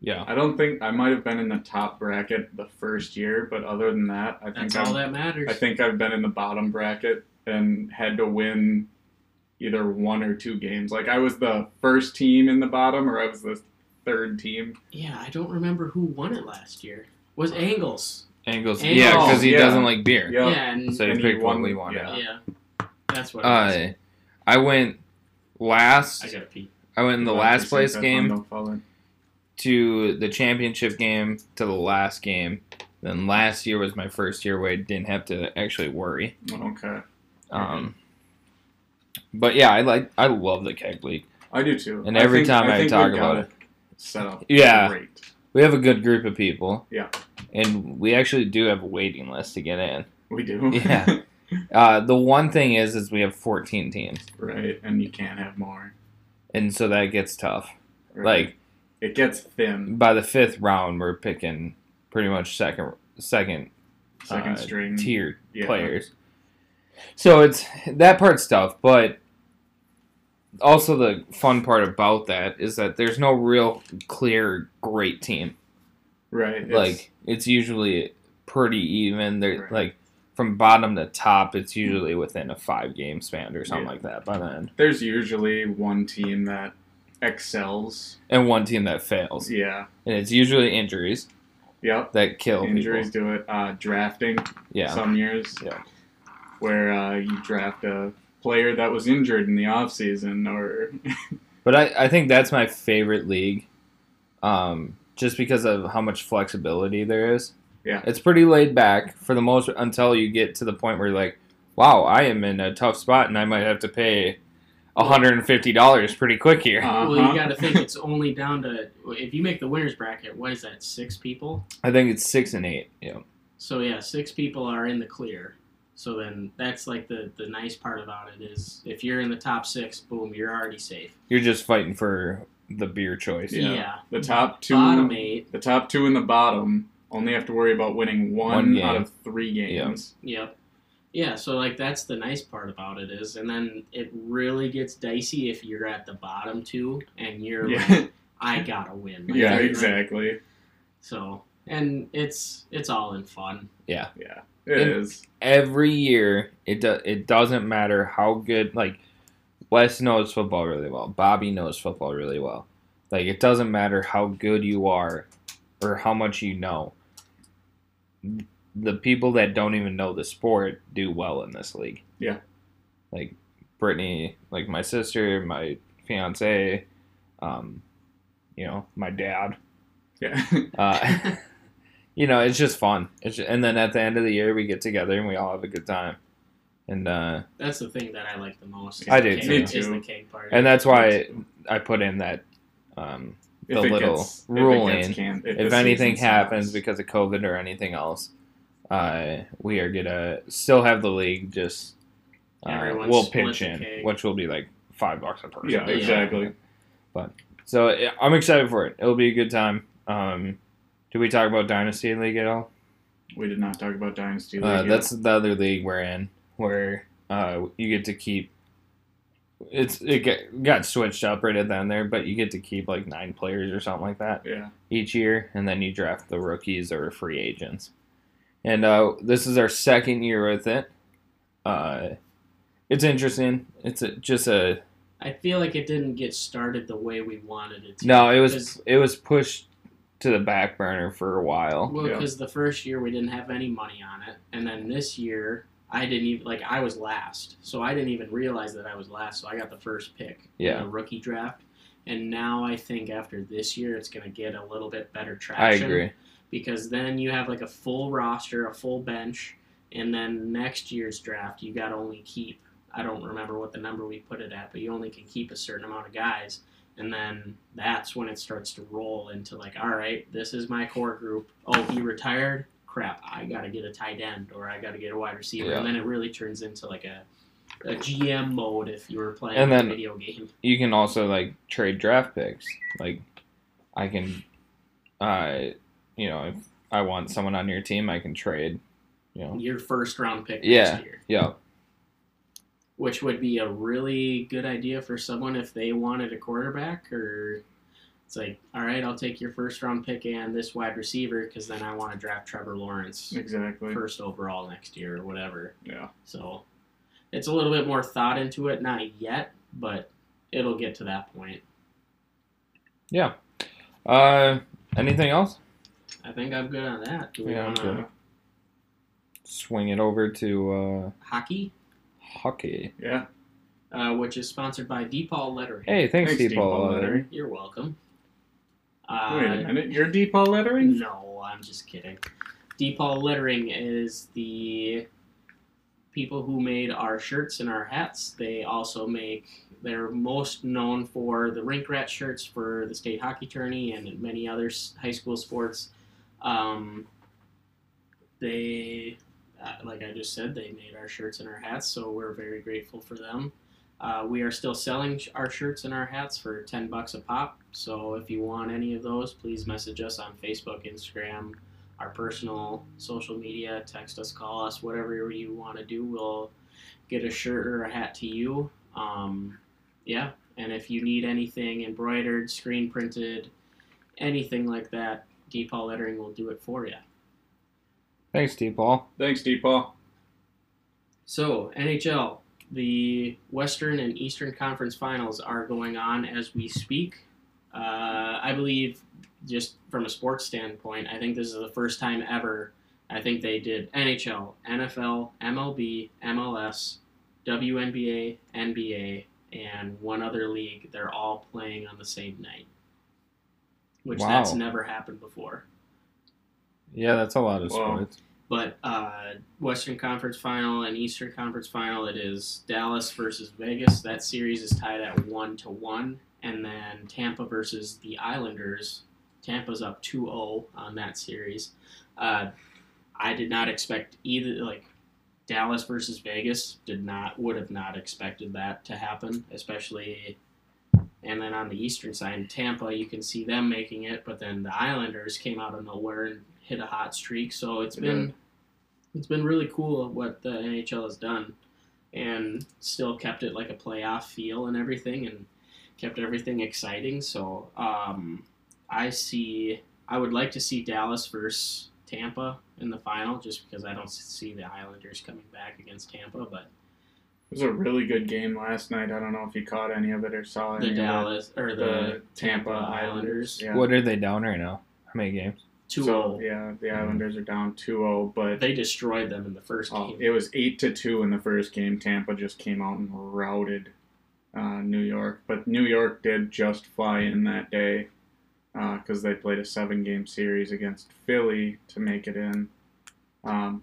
A: Yeah.
C: I don't think I might have been in the top bracket the first year, but other than that, I think
B: That's
C: I'm
B: all that matters.
C: I think I've been in the bottom bracket and had to win either one or two games. Like I was the first team in the bottom, or I was the third team.
B: Yeah, I don't remember who won it last year. Was Angles?
A: Angles.
B: Angles,
A: Yeah, because he
C: yeah.
A: doesn't like beer.
C: Yeah.
B: Yeah, and,
A: So he
C: And he
A: picked
C: won-
A: what we wanted.
C: yeah.
B: yeah, that's what. it was.
A: Uh, I went
B: I
A: last.
B: gotta pee.
A: I went in the
C: But
A: last
C: since
A: place
C: I've
A: game.
C: gone no further.
A: to the championship game to the last game. Then last year was my first year where I didn't have to actually worry.
C: Okay,
A: Um, but yeah, I like I love the keg league.
C: I do too.
A: And every
C: think-
A: time I
C: think
A: talk
C: we got
A: about
C: set up.
A: Yeah.
C: great.
A: We have a good group of people.
C: Yeah.
A: And we actually do have a waiting list to get in.
C: We do.
A: Yeah. Uh, the one thing is, is we have 14 teams,
C: right, and you can't have more.
A: and so that gets tough.
C: Right.
A: Like
C: it gets thin.
A: by the fifth round, we're picking pretty much second second
C: Second
A: uh,
C: string
A: tier
C: yeah.
A: players. So it's that part's tough, but also the fun part about that is that there's no real clear great team.
C: Right, it's-
A: like it's usually pretty even. They're
C: Right. Mm-hmm.
A: like from bottom to top, it's usually within a five game span or something
C: Yeah.
A: like that by then.
C: there's usually one team that excels.
A: And one team that fails.
C: Yeah.
A: And it's usually injuries
C: Yep.
A: that kill
C: Injuries
A: people.
C: do it. Uh, drafting.
A: Yeah.
C: some years.
A: Yeah.
C: Where uh, you draft a player that was injured in the offseason or
A: But I, I think that's my favorite league, um, just because of how much flexibility there is.
C: Yeah.
A: it's pretty laid back for the most until you get to the point where you're like, wow, I am in a tough spot and I might have to pay hundred and fifty dollars pretty quick here.
B: Well,
C: Uh-huh.
B: you got to think it's only down to if you make the winners bracket. What is that? Six people.
A: I think it's six and eight. Yeah,
B: So yeah, six people are in the clear. So then that's like the the nice part about it is if you're in the top six, boom, you're already safe.
A: you're just fighting for the beer choice.
C: Yeah.
B: Yeah.
C: the top two
B: Bottom eight.
C: the top two in the bottom only have to worry about winning one,
A: One game.
C: out of three games.
B: Yep. Yeah. So like that's the nice part about it is, and then it really gets dicey if you're at the bottom two and you're like,
C: Yeah,
B: I gotta win. Like,
C: yeah,
B: right?
C: exactly.
B: So and it's it's all in fun.
C: Yeah. it
A: And-
C: is.
A: Every year, it do, it doesn't matter how good like Wes knows football really well. Bobby knows football really well. Like it doesn't matter how good you are or how much you know. The people that don't even know the sport do well in this league.
C: Yeah.
A: Like Brittany, like my sister, my fiance, um, you know, my dad.
C: Yeah.
A: Uh, you know, it's just fun. It's ju- and then at the end of the year, we get together and we all have a good time. And uh,
B: That's the thing that I like the most. is
A: I
B: the
A: do,
B: cake-
A: Me
B: Is
C: too.
B: the cake party.
A: and that's why I put in that um,
C: If
A: The
C: it
A: little
C: gets- if it
A: ruling,
C: gets can-
A: if
C: the
A: anything
C: season
A: happens
C: stops.
A: because of COVID or anything else, uh, we are gonna still have the league. Just uh,
B: Everyone
A: we'll
B: split
A: pitch
B: the
A: in,
B: cake.
A: which will be like five bucks a person.
C: yeah,
B: Yeah.
C: exactly.
A: So yeah, I'm excited for it. It'll be a good time. Um, did we talk about Dynasty League at all?
C: We did not talk about Dynasty League.
A: Uh,
C: yet.
A: that's the other league we're in, where uh, you get to keep. It's it get, got switched up right at the end there, but you get to keep like nine players or something like that.
C: yeah.
A: each year, and then you draft the rookies or free agents. And uh, this is our second year with it. Uh, it's interesting. It's a, just a
B: I feel like it didn't get started the way we wanted it to.
A: no. It was
B: Because-
A: it was pushed to the back burner for a while.
B: Well,
C: Yeah.
B: because the first year we didn't have any money on it, and then this year I didn't even like I was last, so I didn't even realize that I was last. So I got the first pick
A: Yeah.
B: in the rookie draft, and now I think after this year it's gonna get a little bit better
A: I
B: traction.
A: agree.
B: because then you have like a full roster, a full bench, and then next year's draft you got to only keep I don't remember what the number we put it at, but you only can keep a certain amount of guys. And then that's when it starts to roll into like, all right, this is my core group. Oh, he retired. Crap, I gotta get a tight end or I gotta get a wide receiver.
A: Yeah.
B: And then it really turns into like a, a GM mode if you were playing
A: And then-
B: a video game.
A: you can also like trade draft picks. Like I can uh you know, if I want someone on your team I can trade. You know.
B: Your first round pick
A: Yeah.
B: next year.
A: Yeah.
B: which would be a really good idea for someone if they wanted a quarterback or it's like all right i'll take your first round pick and this wide receiver because then i want to draft trevor lawrence
C: Exactly.
B: first overall next year or whatever
C: Yeah.
B: so it's a little bit more thought into it not yet but it'll get to that point
A: Uh anything else?
B: i think i'm good on that do we
A: Yeah, I'm
B: want
A: good. Swing it over to
B: hockey
A: uh hockey.
C: Yeah.
B: uh, which is sponsored by depaul lettering
A: Hey, thanks, Uh,
C: Thanks,
A: people.
C: Deepaul Lettering.
B: you're welcome Uh,
C: Wait a minute. You're Deepaul lettering?
B: No, I'm just kidding. DePaul Lettering is the people who made our shirts and our hats. They also make, they're most known for the rink rat shirts for the state hockey tourney and many other s- high school sports. Um, they, uh, like I just said, they made our shirts and our hats, so we're very grateful for them. Uh, we are still selling sh- our shirts and our hats for 10 bucks a pop. So if you want any of those, please message us on Facebook, Instagram, our personal social media, text us, call us, whatever you want to do. We'll get a shirt or a hat to you. Um, yeah. And if you need anything embroidered, screen printed, anything like that, Deepal Lettering will do it for you.
A: Thanks, Deepaul.
C: Thanks, Deepaul.
B: So, NHL, the Western and Eastern Conference Finals are going on as we speak. Uh, I believe, just from a sports standpoint, I think this is the first time ever. I think they did NHL, NFL, MLB, MLS, WNBA, NBA, and one other league. They're all playing on the same night, which
A: Wow.
B: that's never happened before.
A: Yeah, that's a lot of
C: Wow.
A: sports.
B: But uh, Western Conference Final and Eastern Conference Final, it is Dallas versus Vegas. That series is tied at one to one, and then Tampa versus the Islanders. Tampa's up 2-0 on that series. Uh, I did not expect either like Dallas versus Vegas did not would have not expected that to happen, especially and then on the eastern side, Tampa, you can see them making it, but then the Islanders came out of nowhere and hit a hot streak. So it's been it's been really cool what the NHL has done and still kept it like a playoff feel and everything and kept everything exciting. So um, I see I would like to see Dallas versus Tampa in the final just because I don't see the Islanders coming back against Tampa, but
C: It was a really good game last night. I don't know if you caught any of it or saw any
B: the
C: of it.
B: Dallas or
C: Oh, The,
B: the
C: Tampa
B: Tampa
C: Islanders.
B: Islanders.
C: Yeah.
A: What oh? are they down right now? How many games?
B: two
C: So, yeah, the
B: Mm-hmm.
C: Islanders are down 2-0, but
B: they destroyed them in the first
C: Oh,
B: game.
C: it was eight to two in the first game. Tampa just came out and routed uh, New York, but New York did just fly in that day because they played a seven-game series against Philly to make it in. Um,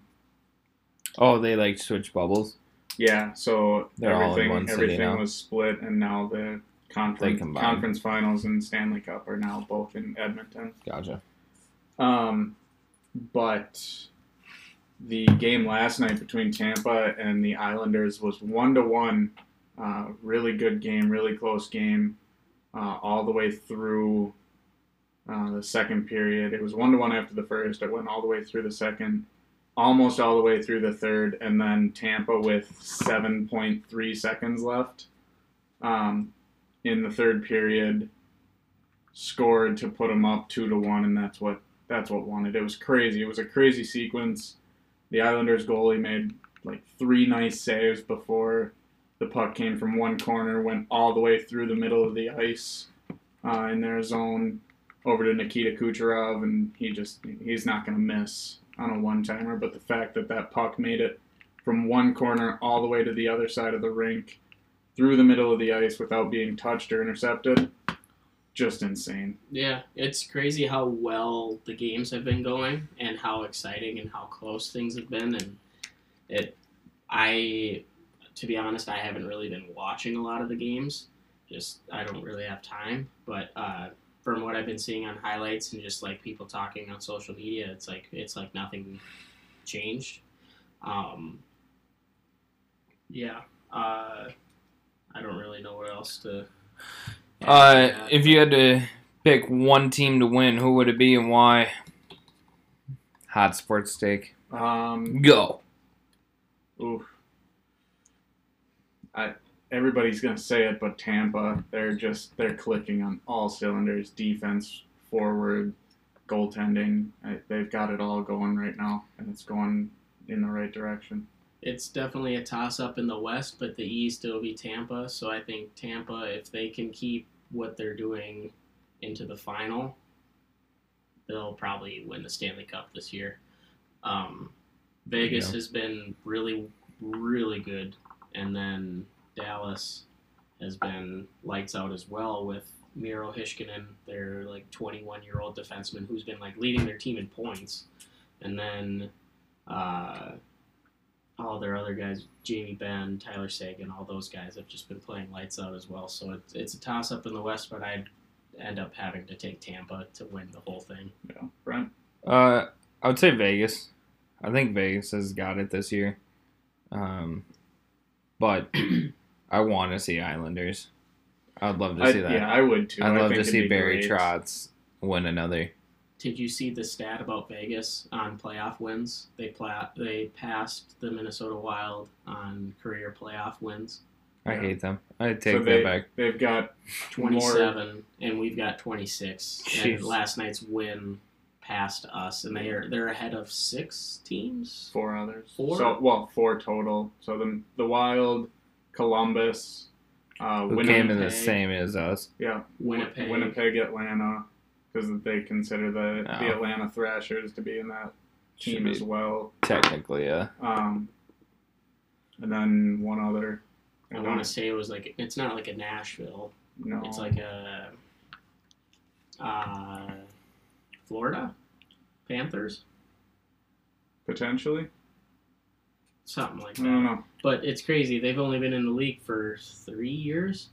A: Oh, they like switch bubbles.
C: yeah, so
A: They're all in
C: everything
A: one city
C: everything
A: now.
C: was split, and now the conference
A: combine.
C: conference finals and Stanley Cup are now both in Edmonton.
A: Gotcha.
C: Um, but the game last night between Tampa and the Islanders was one to one. Uh, Really good game, really close game, uh, all the way through uh, the second period. It was one to one after the first. It went all the way through the second, almost all the way through the third, and then Tampa with seven point three seconds left um, in the third period scored to put them up two to one, and that's what that's what won it. It was crazy. It was a crazy sequence. The Islanders goalie made like three nice saves before the puck came from one corner, went all the way through the middle of the ice uh, in their zone over to Nikita Kucherov, and he just he's not going to miss on a one timer. But the fact that that puck made it from one corner all the way to the other side of the rink through the middle of the ice without being touched or intercepted just insane
B: Yeah, it's crazy how well the games have been going and how exciting and how close things have been and it I to be honest, I haven't really been watching a lot of the games just I don't really have time. But uh, from what I've been seeing on highlights and just like people talking on social media, it's like it's like nothing changed. Um, yeah, uh, I don't really know what else to. add to
A: Uh,
B: that.
A: if you had to pick one team to win, who would it be and why? Hot sports take.
C: Um,
A: Go.
C: oof. I, everybody's gonna say it, but Tampa, they're just they're clicking on all cylinders. Defense, forward, goaltending, I, they've got it all going right now, and it's going in the right direction.
B: it's definitely a toss up in the West, but the East it'll be Tampa. So I think Tampa, if they can keep what they're doing into the final, they'll probably win the Stanley Cup this year. Um, Vegas
A: Yeah.
B: has been really, really good, and then Dallas has been lights out as well with Miro Hishkinen, their like 21 year old defenseman who's been like leading their team in points, and then. Uh, all their other guys, Jamie Benn, Tyler Sagan, all those guys have just been playing lights out as well. So it's, it's a toss up in the West, but I'd end up having to take Tampa to win the whole thing.
C: Yeah, Brent.
A: Uh, I would say Vegas. I think Vegas has got it this year. Um, but I want to see Islanders. I'd love to
C: I-
A: see that.
C: yeah, I would too.
A: I'd
C: I
A: love
C: think
A: to
C: it'd
A: see
C: be
A: Barry
C: great.
A: Trotz win another.
B: Did you see the stat about Vegas on playoff wins? They pla- they passed the Minnesota Wild on career playoff wins,
A: I
C: Yeah.
A: hate them. I take
C: So
A: that
C: they,
A: back.
C: They've got more.
B: 27, and we've got 26.
A: Jeez.
B: And last night's win passed us, and they are they're ahead of six teams.
C: Four others.
B: Four?
C: So well, four total. So the the Wild, Columbus, uh,
A: Who
C: Winnipeg.
A: came in the same as us?
C: Yeah,
B: Winnipeg.
C: Winnipeg, Atlanta, because they consider the
A: Oh.
C: the Atlanta Thrashers to be in that
A: Should
C: team as
A: be
C: well.
A: technically yeah.
C: Um, and then one other.
B: I want to say it was like it's not like a Nashville.
C: No,
B: It's like a uh, Florida Panthers,
C: potentially.
B: something like
C: I
B: that.
C: don't know.
B: But it's crazy. They've only been in the league for three years.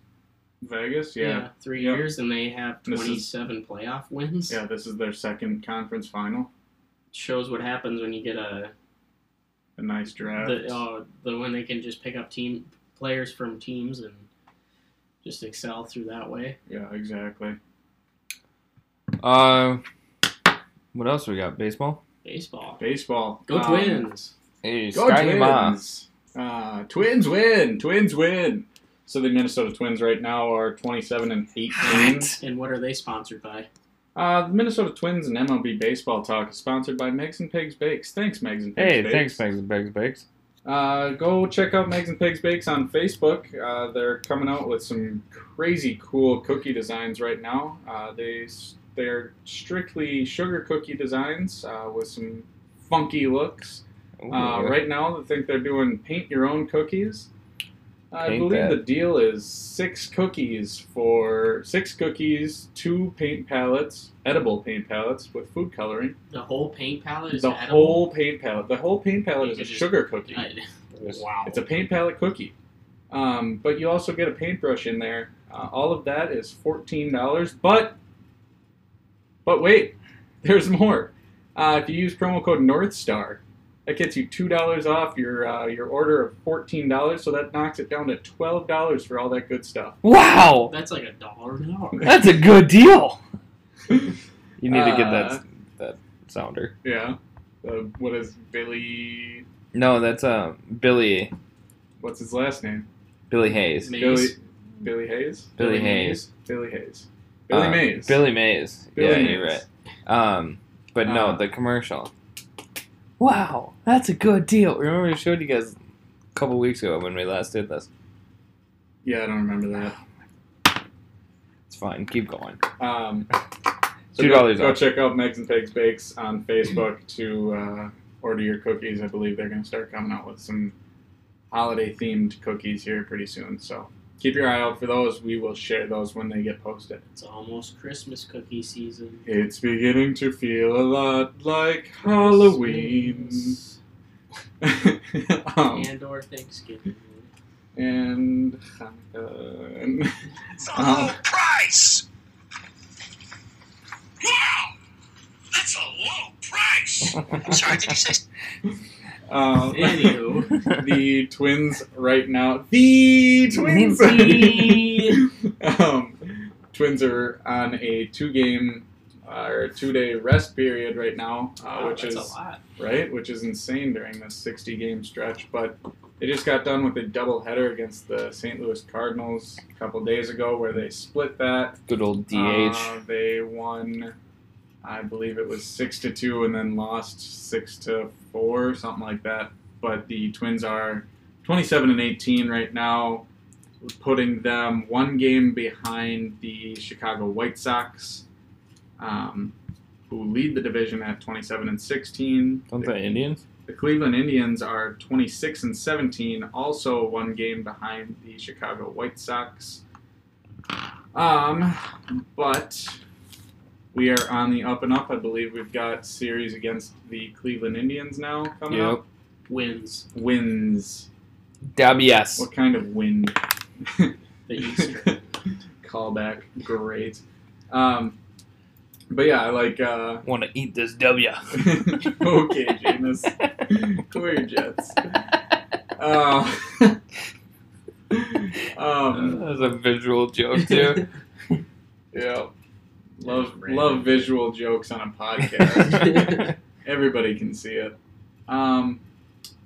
C: Vegas. Yeah.
B: three
C: Yep.
B: years, and they have
C: This is-
B: twenty-seven playoff wins.
C: yeah. This is their second conference final.
B: Shows what happens when you get a
C: A nice draft.
B: the uh, the when they can just pick up team players from teams and just excel through that way.
C: yeah. Exactly.
A: Uh, what else we got? Baseball.
B: Baseball.
C: Baseball.
B: Go
C: Um,
B: Twins.
A: Hey,
C: Go
A: Scotty Ma.
C: Twins. Uh, twins win. Twins win. So the Minnesota Twins right now are 27 and 18.
A: Hot.
B: And what are they sponsored by?
C: Uh, the Minnesota Twins and MLB Baseball Talk is sponsored by Megs and Pigs Bakes. Thanks, Megs and Pigs
A: Hey,
C: Bakes.
A: thanks, Megs and Bigs Bakes.
C: Uh, go check out Megs and Pigs Bakes on Facebook. Uh, they're coming out with some crazy cool cookie designs right now. Uh, they s- they're strictly sugar cookie designs uh, with some funky looks. Uh,
A: Ooh.
C: right now, I think they're doing paint your own cookies. I
A: Paint that.
C: believe the deal is six cookies for six cookies, two paint palettes, edible paint palettes with food coloring.
B: The whole paint palette is
C: the
B: edible?
C: whole paint palette. The whole paint palette
B: You
C: is a
B: could just-
C: sugar cookie.
B: I- wow.
C: It's a paint palette cookie. Um, but you also get a paintbrush in there. Uh, all of that is fourteen dollars. But but wait, there's more. Uh, if you use promo code Northstar, that gets you two dollars off your uh, your order of fourteen dollars. So that knocks it down to twelve dollars for all that good stuff.
A: Wow,
B: That's like a dollar an hour.
A: that's a good deal. You need to get
C: Uh,
A: that that sounder.
C: Yeah. Uh, what is Billy?
A: No, that's uh Billy
C: What's his last name?
A: Billy Hayes.
B: Mays.
C: Billy Billy Hayes.
A: Billy,
B: Billy
A: Hayes.
C: Billy Hayes. Billy
A: Uh,
C: Mays.
A: Billy Mays.
C: Billy
A: yeah,
C: Mays.
A: you're right. Um, but no,
C: Uh,
A: the commercial. Wow, that's a good deal. Remember, I showed you guys a couple weeks ago when we last did this.
C: Yeah, I don't remember that.
A: It's fine. Keep going.
C: Um,
A: Two
C: go-
A: dollars
C: Go,
A: off.
C: check out Megs and Pigs Bakes on Facebook to uh, order your cookies. I believe they're going to start coming out with some holiday themed cookies here pretty soon. So keep your eye out for those. We will share those when they get posted.
B: It's almost Christmas cookie season.
C: It's beginning to feel a lot like Halloween.
B: Christmas
C: um,
B: And or Thanksgiving.
C: and Hanukkah. And
D: It's a
C: Um.
D: low price. Wow, that's a low price. I'm sorry, did you say?
C: um,
B: Anywho,
C: the twins right now. The twins. um, twins are on a two-game uh, or two-day rest period right now, uh,
B: wow,
C: which
B: that's
C: is
B: a lot.
C: right, which is insane during this 60 game stretch. But they just got done with a doubleheader against the St. Louis Cardinals a couple days ago, where they split that.
A: Good old DH.
C: Uh, they won, I believe it was six to two, and then lost six to four, something like that. But the Twins are 27 and 18 right now, putting them one game behind the Chicago White Sox, um, who lead the division at 27 and 16.
A: Don't the Indians?
C: The Cleveland Indians are 26 and 17, also one game behind the Chicago White Sox. Um, but we are on the up and up. I believe we've got series against the Cleveland Indians now coming
A: Yep.
C: up.
B: Wins
C: Winds.
A: WS.
C: What kind of wind?
B: the Easter.
C: Callback. Great. Um, but yeah, I like. Uh,
A: Want to eat this W?
C: okay, Jameis. Who are your Jets? Uh, um,
A: That's a visual joke too.
C: yeah. Love
B: Random.
C: love visual jokes on a podcast. Everybody can see it. Um,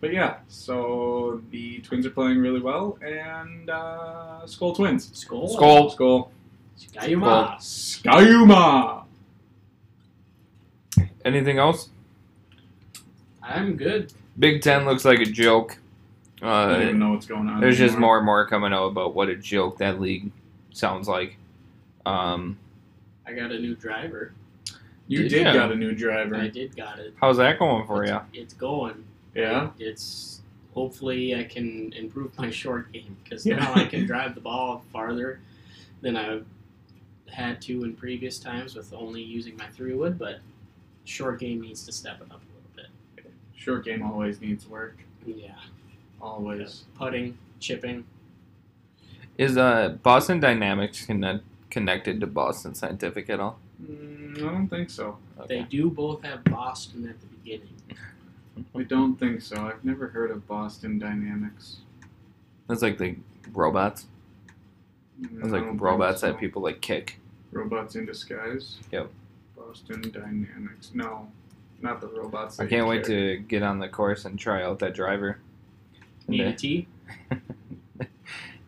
C: but yeah, so the twins are playing really well, and uh, Skull Twins.
B: Skull.
A: Skull.
C: Skull.
B: Skyuma.
C: Skyuma.
A: Anything else?
B: I'm good.
A: Big Ten looks like a joke.
C: I don't even
A: Uh,
C: know what's going on.
A: there's just
C: anymore.
A: more and more coming out about what a joke that league sounds like. Um,
B: I got a new driver.
C: You
A: Did
C: did,
A: ya?
C: got a new
B: I
C: driver.
B: did got it.
A: how's that going for you?
B: It's- It's going.
C: Yeah.
B: It's hopefully I can improve my short game because
C: Yeah.
B: now I can drive the ball farther than I had to in previous times with only using my three wood. But short game needs to step it up a little
C: Short game always needs work.
B: bit. Yeah,
C: Always.
B: putting, chipping.
A: Is uh, Boston Dynamics conne- connected to Boston Scientific at all?
C: Mm, I don't think so.
B: They do both have Boston at the beginning.
C: I don't think so. I've never heard of Boston Dynamics.
A: That's like the robots.
C: Mm,
A: That's like
C: I don't think
A: robots
C: so.
A: that people like kick.
C: Robots in disguise.
A: Yep.
C: Boston Dynamics. No, not the robots.
A: I
C: that
A: can't
C: you
A: wait
C: kick.
A: to get on the course and try out that driver. uh,
B: Need a tee?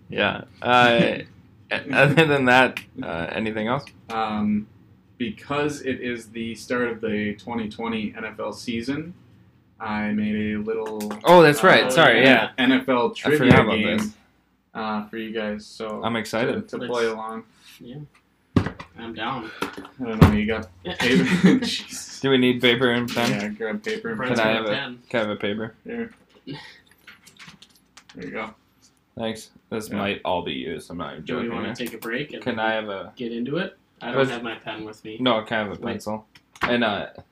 A: Yeah. Uh, other than that, uh, anything else?
C: Um, because it is the start of the 2020 NFL season, I made a little. uh,
A: Oh, that's right.
B: Oh,
A: Sorry. Yeah.
B: yeah.
C: NFL
A: I
C: trivia
A: forgot about
C: game
A: this.
C: Uh, for you guys. So
A: I'm excited.
C: to, to
B: Let's-
C: play along.
B: I'm down.
C: I don't know. You got paper. Jeez.
A: Do we need paper and pen?
C: Yeah, grab paper. and
B: Friends
A: I
B: with
A: have a-
B: pen.
A: Can I have a paper?
C: There. There you go.
A: Thanks. This
C: Yeah.
A: might all be used. I'm not even
B: Do we
A: joking.
B: want
A: here.
B: to take a break and
A: Can I have a
B: get into it? I don't
A: Let's-
B: have my pen with me.
A: no? Can I have a
B: Wait.
A: pencil and a,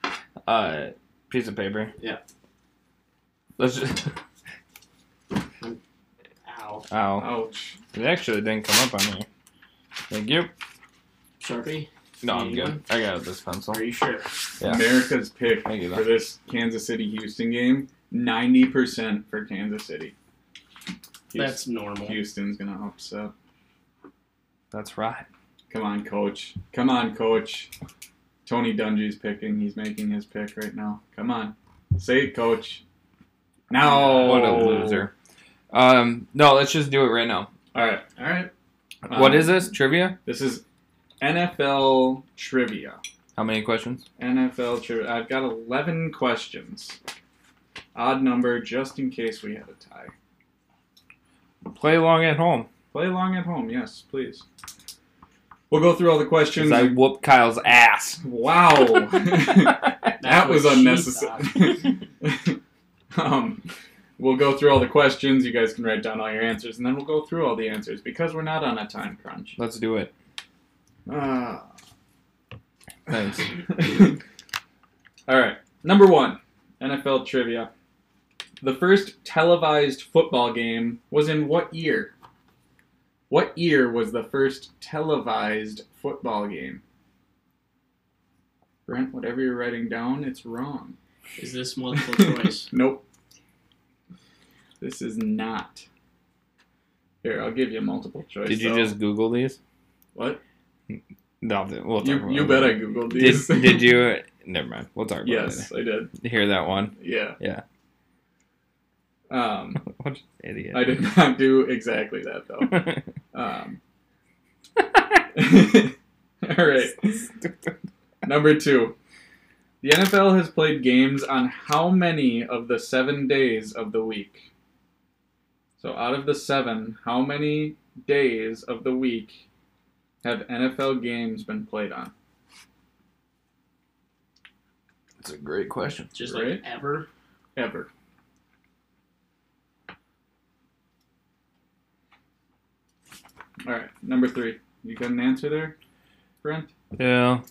A: a piece of paper?
B: Yeah.
A: Let's just.
B: Ow.
A: Ow!
C: Ouch.
A: It actually didn't come up on here. Thank you.
B: Sharpie?
A: No, I'm
B: Need
A: good.
B: one?
A: I got this pencil.
B: Are you sure?
A: Yeah.
C: America's pick
A: Thank you, though.
C: for this Kansas City Houston game 90% for Kansas City.
B: That's normal.
C: Houston's going to upset.
A: That's right.
C: Come on, coach. Come on, coach. Tony Dungy's picking. He's making his pick right now. Come on. Say it, coach. No.
A: What
B: Oh.
A: a loser. Um, no, let's just do it right now.
C: All right.
B: All right.
A: what
C: Um,
A: is this trivia?
C: This is NFL trivia.
A: How many questions?
C: NFL trivia. I've got 11 questions. Odd number just in case we had a tie.
A: Play along at home.
C: Play along at home, yes, please. We'll go through all the
A: 'cause
C: questions.
A: I whoop Kyle's ass.
C: Wow. that
B: Oh. That's
C: was
B: what she
C: unnecessary. um, we'll go through all the questions. You guys can write down all your answers, and then we'll go through all the answers because we're not on a time crunch.
A: Let's do it.
C: Ah.
A: Thanks.
C: All right. Number one, NFL trivia. The first televised football game was in what year? What year was the first televised football game? Brent, whatever you're writing down, it's wrong.
B: Is this multiple choice?
C: Nope. This is not. Here, I'll give you multiple choice.
A: Did you
C: though.
A: just Google these?
C: what?
A: No, th- we'll talk
C: You,
A: about
C: you
A: it
C: bet I
A: later.
C: googled
A: Did,
C: these.
A: did you? Never mind. We'll talk about
C: yes, I did.
A: it later. Hear that one?
C: Yeah.
A: Yeah.
C: Um,
A: What an idiot.
C: I did not do exactly that though. Um. All right. Number two. The NFL has played games on how many of the seven days of the week? So, out of the seven, how many days of the week have NFL games been played on?
A: That's a great question.
B: Just
C: Right.
B: like ever?
C: Ever. All right. Number three. You got an answer there, Brent?
A: Yeah.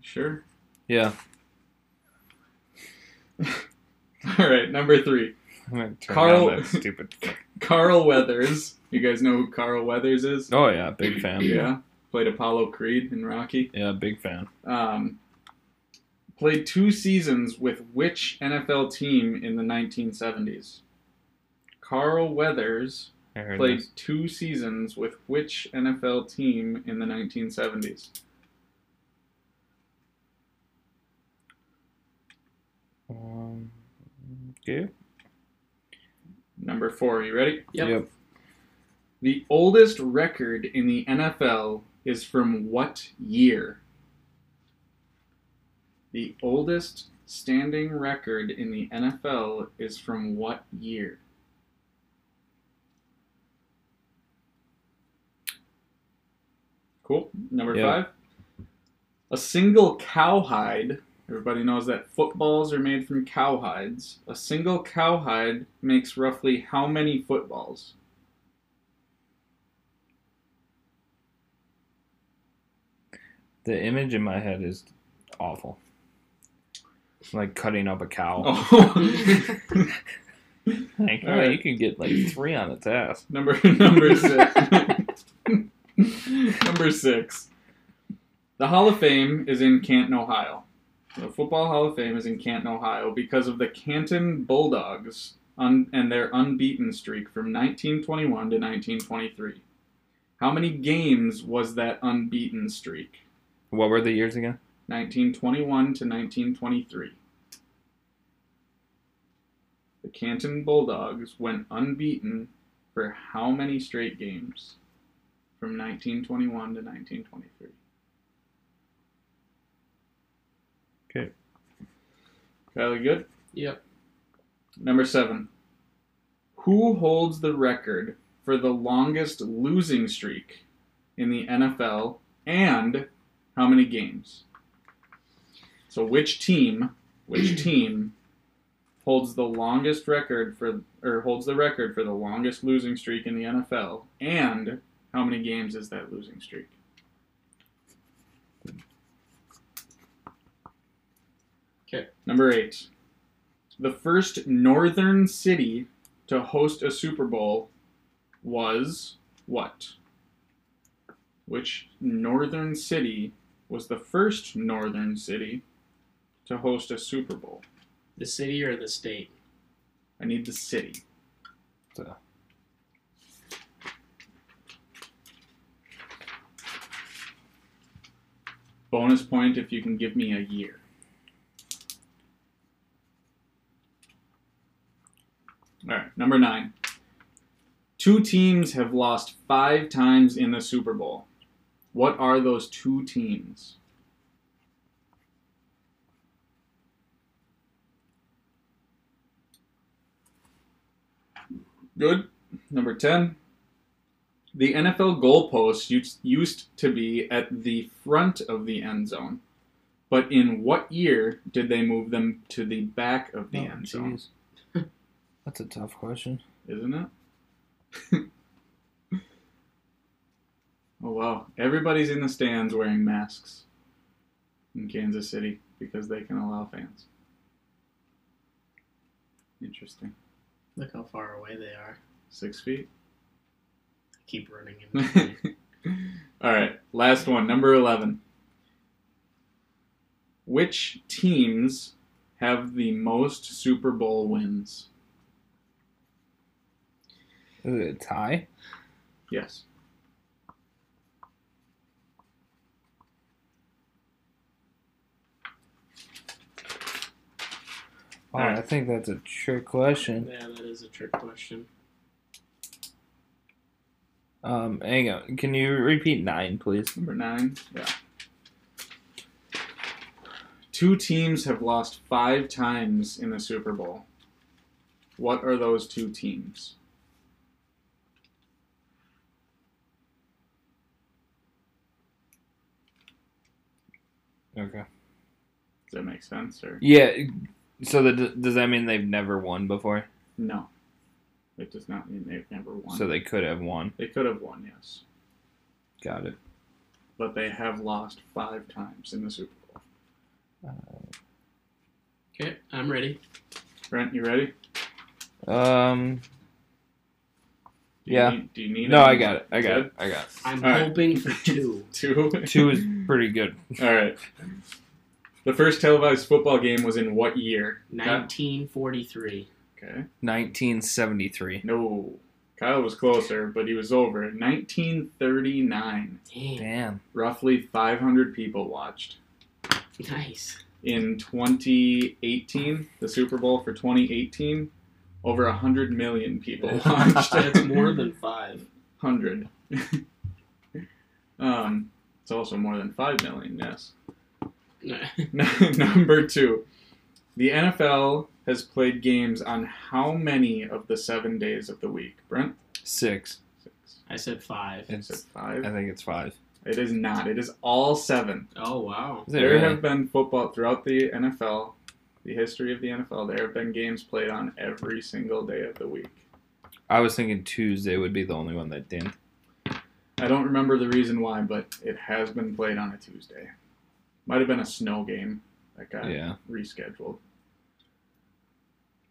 C: Sure.
A: Yeah.
C: All right, number three,
A: I'm gonna turn
C: Carl-
A: down that stupid.
C: Carl Weathers. You guys know who Carl Weathers is?
A: Oh yeah, big fan.
C: Yeah, played Apollo Creed in Rocky.
A: Yeah, big fan.
C: Um, played two seasons with which NFL team in the 1970s? Carl Weathers
A: I heard
C: played
A: this.
C: two seasons with which NFL team in the 1970s?
A: Um, okay.
C: Number four. You ready?
B: Yep.
C: The oldest record in the NFL is from what year? The oldest standing record in the NFL is from what year? Cool. Number
A: Yeah.
C: five. A single cowhide. Everybody knows that footballs are made from cowhides. A single cowhide makes roughly how many footballs?
A: The image in my head is awful. Like cutting up a cow.
C: Oh.
A: Like, oh,
C: Alright.
A: you can get like three on its ass.
C: number number six. number six. The Hall of Fame is in Canton, Ohio. The Football Hall of Fame is in Canton, Ohio, because of the Canton Bulldogs un- and their unbeaten streak from 1921 to 1923. How many games was that unbeaten streak?
A: What were the years again?
C: 1921 to 1923. The Canton Bulldogs went unbeaten for how many straight games from 1921 to 1923?
A: Okay.
C: Kylie, good?
B: Yep.
C: Number seven. Who holds the record for the longest losing streak in the NFL and how many games? So which team, which team holds the longest record for or holds the record for the longest losing streak in the NFL and how many games is that losing streak?
B: Okay.
C: Number 8. The first northern city to host a Super Bowl was what? Which northern city was the first northern city to host a Super Bowl?
B: The city or the state?
C: I need the city.
A: So,
C: Bonus point if you can give me a year. All right, number nine. Two teams have lost five times in the Super Bowl. What are those two teams? Good. Number 10. The NFL goalposts used- used to be at the front of the end zone. But in what year did they move them to the back of the
A: oh,
C: end zone?
A: jeez. That's a tough question.
C: isn't it? oh wow! Everybody's in the stands wearing masks in Kansas City because they can allow fans. Interesting.
B: Look how far away they are.
C: Six feet.
B: Keep running
C: All
B: in.
C: right, last one, number 11. Which teams have the most Super Bowl wins?
A: Is it a tie?
C: Yes.
A: Oh, I think that's a trick question.
B: yeah, that is a trick question.
A: Um, hang on. Can you repeat nine, please?
C: Number 9. Yeah. Two teams have lost 5 times in the Super Bowl. What are those two teams?
A: Okay.
C: Does that make sense or
A: Yeah. So that does that mean they've never won before?
C: no? It does not mean they've never won.
A: So they could have won.
C: they could have won, yes.
A: Got it.
C: but they have lost five times in the Super Bowl.
B: Okay, I'm ready.
C: Brent, you ready? Do
A: Um.
C: you
A: Yeah.
C: need- do you need?
A: No,
C: any?
A: I got it. I got it. I got it.
B: I'm
C: All right.
B: hoping for two.
C: Two.
A: Two is pretty good.
C: All right. The first televised football game was in what year? Kyle-
B: 1943.
C: Okay.
A: 1973.
C: No. Kyle was closer, but he was over. 1939.
B: Damn.
A: Damn.
C: Roughly 500 people watched.
B: Nice.
C: In 2018, the Super Bowl for 2018, over 100 million people watched.
B: That's more than five.
C: hundred. um, it's also more than five million. Yes. Number two, the NFL has played games on how many of the seven days of the week? Brent,
A: Six.
C: six.
B: I said five.
C: Is it
A: It's. I
C: five?
A: think it's five.
C: It is not. It is all seven.
B: Oh wow.
A: Is it
C: There
A: really?
C: have been football throughout the NFL, the history of the NFL. There have been games played on every single day of the week.
A: I was thinking Tuesday would be the only one that didn't.
C: I don't remember the reason why, but it has been played on a Tuesday. Might have been a snow game that got
A: Yeah.
C: rescheduled.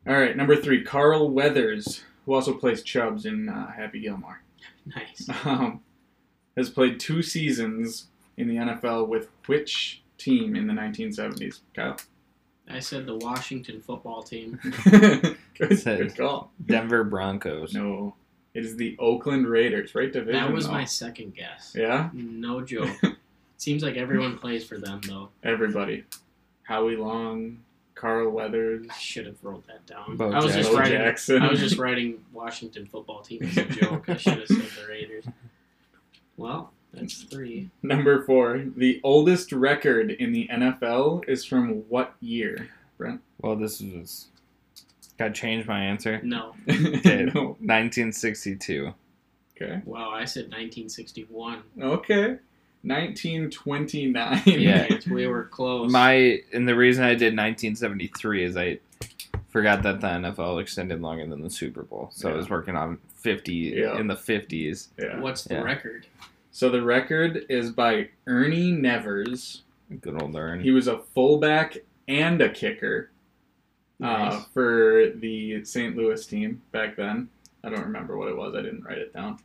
C: All right, number three, Carl Weathers, who also plays Chubbs in uh, Happy Gilmore,
B: Nice.
C: um, has played two seasons in the NFL with which team in the 1970s? Kyle.
B: I said the Washington football team.
C: good, good
A: Says-
C: call.
A: Denver Broncos.
C: No, it is the Oakland Raiders, right? Division.
B: That was
C: though.
B: my second guess.
C: Yeah,
B: No joke. Seems like everyone plays for them though.
C: everybody. Howie Long, Carl Weathers,
B: I should have wrote that down.
A: Bo
B: I was just
C: Bo
B: writing.
C: Jackson.
B: I was just writing Washington football team as a joke. I should have said the Raiders. Well, that's three.
C: Number four, the oldest record in the NFL is from what year?
A: Well, this is. Got to change my answer.
B: No.
C: no.
A: 1962.
C: Okay.
B: Wow, I said 1961.
C: Okay. 1929.
A: Yeah.
B: Yes, we were close.
A: My and the reason I did 1973 is I forgot that the NFL extended longer than the Super Bowl, so I was working on 50
C: Yeah.
A: in the 50s.
C: Yeah.
B: What's the
A: Yeah.
B: record?
C: So the record is by Ernie Nevers.
A: Good old learn.
C: He was a fullback and a kicker uh,
B: Nice.
C: for the St. Louis team back then. I don't remember what it was. I didn't write it down.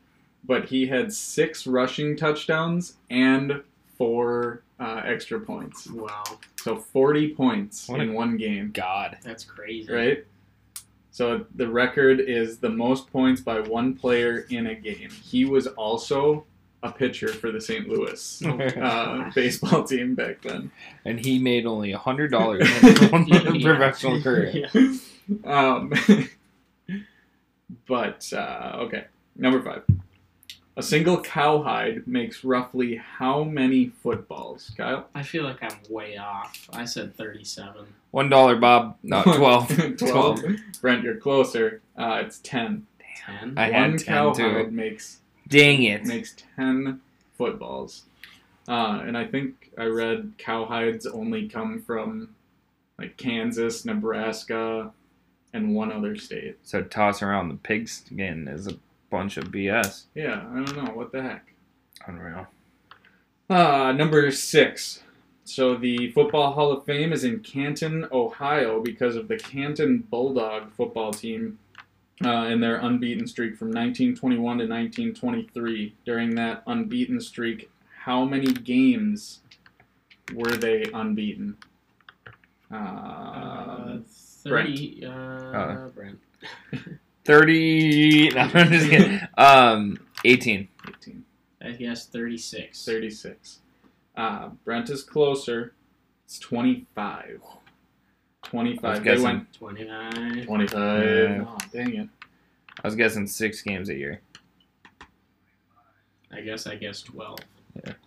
C: But he had six rushing touchdowns and four uh, extra points.
B: Wow,
C: So 40 points
A: What a-
C: in one game,
A: God,
B: that's crazy.
C: right? So the record is the most points by one player in a game. He was also a pitcher for the St. Louis
B: Oh,
A: Oh
C: uh, baseball team back then.
A: and he made only hundred dollars in his whole professional career.
B: Yeah.
C: Um, but, uh, okay, number five. A single cowhide makes roughly how many footballs, Kyle?
B: I feel like I'm way off. I said 37.
A: One dollar, Bob. No, twelve.
C: 12.
A: Twelve.
C: Brent, you're closer. Uh, it's 10.
B: 10.
A: I
C: One
A: had ten
C: cowhide
A: too.
C: makes
A: Dang it!
C: makes 10 footballs. Uh, and I think I read cowhides only come from like Kansas, Nebraska, and one other state.
A: So toss around the pigskin is a bunch of BS.
C: Yeah, I don't know. What the heck?
A: Unreal.
C: Uh, number Ah, six. So the Football Hall of Fame is in Canton, Ohio, because of the Canton Bulldog football team uh, and their unbeaten streak from 1921 to 1923. During that unbeaten streak, how many games were they unbeaten?
B: Uh,
C: Uh,
B: thirty. Uh, Brent.
A: 30. No, I'm just kidding. Um, 18.
C: 18,
B: I guess thirty-six.
C: 36. Uh, Brent is closer. It's 25. 25. They
A: guessing.
C: went
B: Twenty-nine.
C: 25.
A: Yeah.
C: Oh, dang it.
A: I was guessing six games a year.
B: I guess. I guess twelve.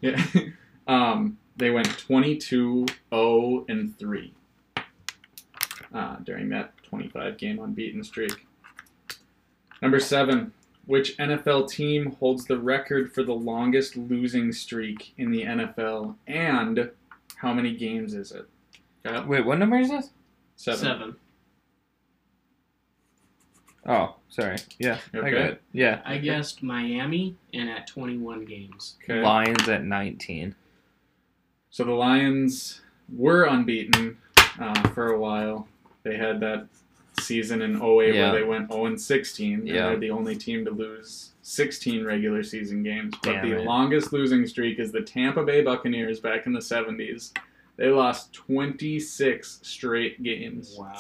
C: Yeah. um, they went 22 0 and 3 uh, during that 25 game unbeaten streak. Number seven. Which NFL team holds the record for the longest losing streak in the NFL? And how many games is it? Kyle?
A: Wait, what number is this?
C: Seven.
A: Oh, sorry. Yeah. I got
C: Okay.
A: it. Yeah.
B: I guessed Miami, and at twenty-one games.
C: Okay.
A: Lions at 19.
C: So the Lions were unbeaten uh, for a while. They had that season in 08
A: Yeah.
C: where they went 0 and 16.
A: Yeah.
C: They're the only team to lose 16 regular season games. But
A: Damn
C: the
A: it.
C: longest losing streak is the Tampa Bay Buccaneers back in the 70s. They lost 26 straight games.
B: Wow.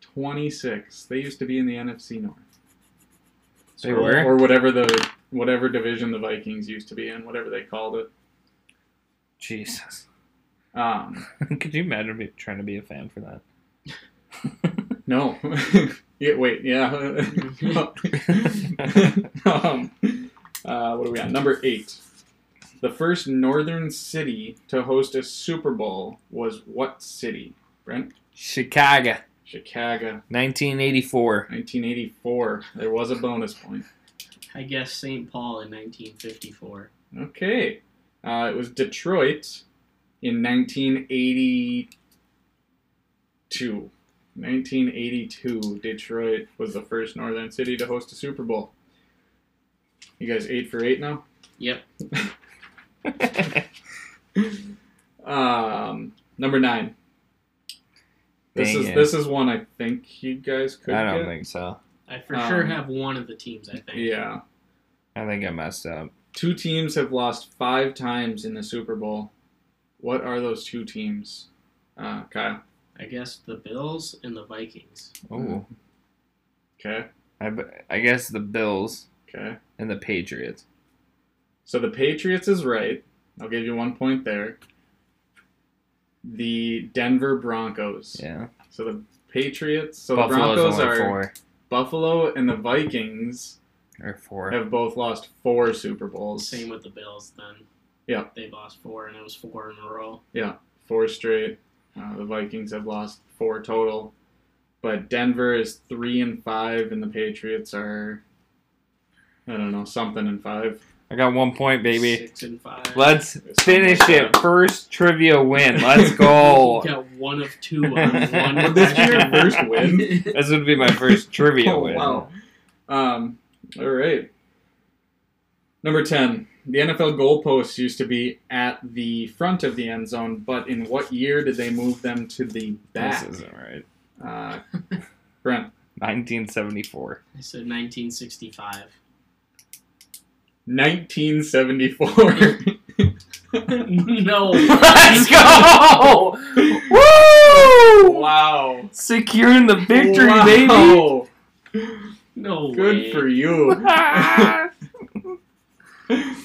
C: 26. They used to be in the NFC North.
A: They
C: or,
A: were?
C: or whatever the whatever division the Vikings used to be in, whatever they called it.
A: Jesus.
C: Um,
A: Could you imagine me trying to be a fan for that?
C: No. yeah, wait, yeah. um, uh, what are we on? Number eight. The first northern city to host a Super Bowl was what city? Brent?
A: Chicago,
C: Chicago,
A: 1984.
C: 1984. There was a bonus point.
B: I guessed St. Paul in 1954.
C: Okay. Uh, it was Detroit in 1982. 1982, Detroit was the first northern city to host a Super Bowl. You guys eight for eight now?
B: Yep.
C: Um, number nine. This
A: Dang
C: is
A: it.
C: this is one I think you guys could
A: I don't
C: get.
A: think so.
B: I for sure
C: Um,
B: have one of the teams. I think.
C: Yeah.
A: I think I messed up.
C: Two teams have lost five times in the Super Bowl. What are those two teams? Uh, Kyle.
B: I guessed the Bills and the Vikings.
C: Hmm.
A: Oh,
C: Okay.
A: I, b- I guess the Bills
C: Okay.
A: and the Patriots.
C: So the Patriots is right. I'll give you one point there. The Denver Broncos.
A: Yeah.
C: So the Patriots. So
A: Buffalo's
C: the Broncos are
A: only four.
C: Buffalo and the Vikings
A: Or four.
C: have both lost four Super Bowls.
B: Same with the Bills. Then.
C: Yeah.
B: They lost four, and it was four in a row.
C: Four straight. Uh, the Vikings have lost four total. But Denver is three and five, and the Patriots are, I don't know, something and five.
A: I got one point, baby.
B: Six and five.
A: Let's finish it. First trivia win. Let's
B: You
A: go.
B: got one of two on one.
A: Would this be your
B: question.
C: first win?
A: this would be my first trivia
C: Oh,
A: win.
C: wow. Um, all right. Number 10. The NFL goalposts used to be at the front of the end zone, but in what year did they move them to the
A: This
C: back?
A: isn't right.
C: Uh, Brent,
A: 1974.
B: I said 1965.
C: 1974.
B: no.
A: Let's go! Woo!
C: wow.
A: Securing the victory,
C: Wow.
B: No way.
C: Good for you.
A: baby!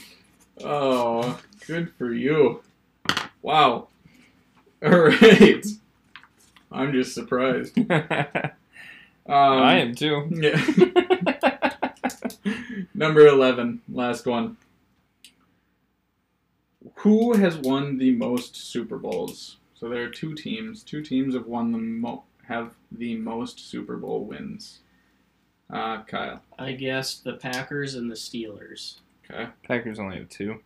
C: oh, good for you. Wow. All right. I'm just surprised. Um,
A: I am too.
C: Yeah. Number 11, last one. Who has won the most Super Bowls? So there are two teams. Two teams have won the mo- have the most Super Bowl wins. Uh, Kyle.
B: I guessed the Packers and the Steelers.
C: Okay.
A: Packers only have two.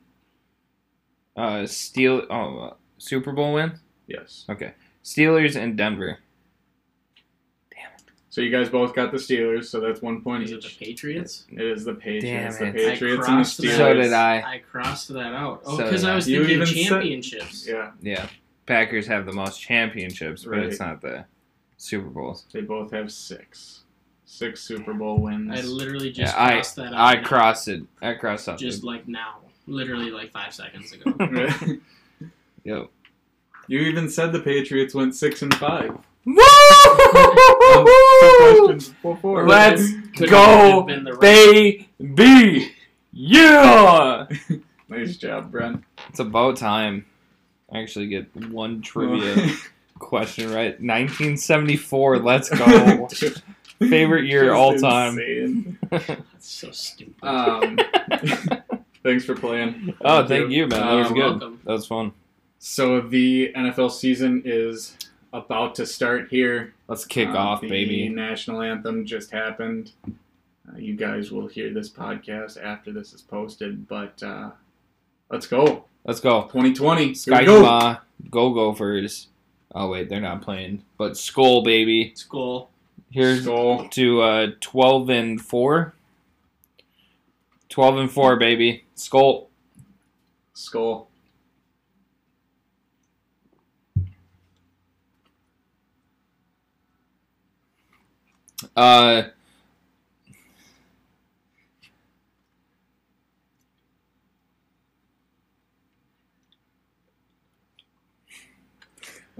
A: Uh, Steel. Oh, uh, Super Bowl win.
C: Yes.
A: Okay, Steelers and Denver.
C: So you guys both got the Steelers, so that's one point
B: Is it the
C: each.
B: Patriots?
C: It is the Patriots.
A: Damn
C: The
A: it.
B: I
C: Patriots and the
B: crossed
C: Steelers.
B: that.
A: So did I.
B: I crossed that out. Oh,
A: So
B: because
A: did
B: I was
C: I. You
B: thinking
C: even said-
B: championships.
C: Yeah,
A: Yeah. Packers have the most championships, but
C: Right.
A: it's not the Super Bowls.
C: they both have six, six Super Bowl wins.
B: I literally just
A: Yeah, I-
B: crossed that out.
A: I
B: now.
A: crossed it. I crossed something.
B: just like now, literally like five seconds ago.
A: Yep.
C: you even said the Patriots went six and five. Um, two
A: Woo!
C: questions before.
A: Let's
B: Could
A: go,
B: have been the right-
A: baby! Yeah!
C: nice job, Brent.
A: It's about time. I actually get one trivia question right. 1974. Let's go. Favorite year
C: Just
A: all time.
C: insane.
B: That's so stupid.
C: Um, thanks for playing.
A: Oh, thank you, man. That was
C: Um,
A: good.
B: Uh, welcome.
A: That was fun.
C: So the NFL season is about to start here.
A: Let's kick
C: Uh,
A: off,
C: the
A: baby.
C: National anthem just happened. Uh, you guys will hear this podcast after this is posted, but uh, let's go.
A: Let's go.
C: 2020. Here
A: Sky
C: we go.
A: go. go Gophers. Oh wait, they're not playing. But Skull baby.
B: School.
A: Here's
C: Skull.
A: to uh, twelve and four. Twelve and four, baby. Skull.
C: Skull.
A: Uh,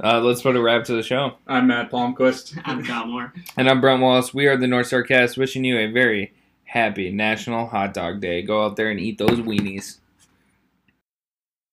A: uh, let's put a wrap to the show.
C: I'm Matt Palmquist.
B: I'm Gomor.
A: And I'm Brent Wallace. We are the North Star Cast, wishing you a very happy National Hot Dog Day. Go out there and eat those weenies.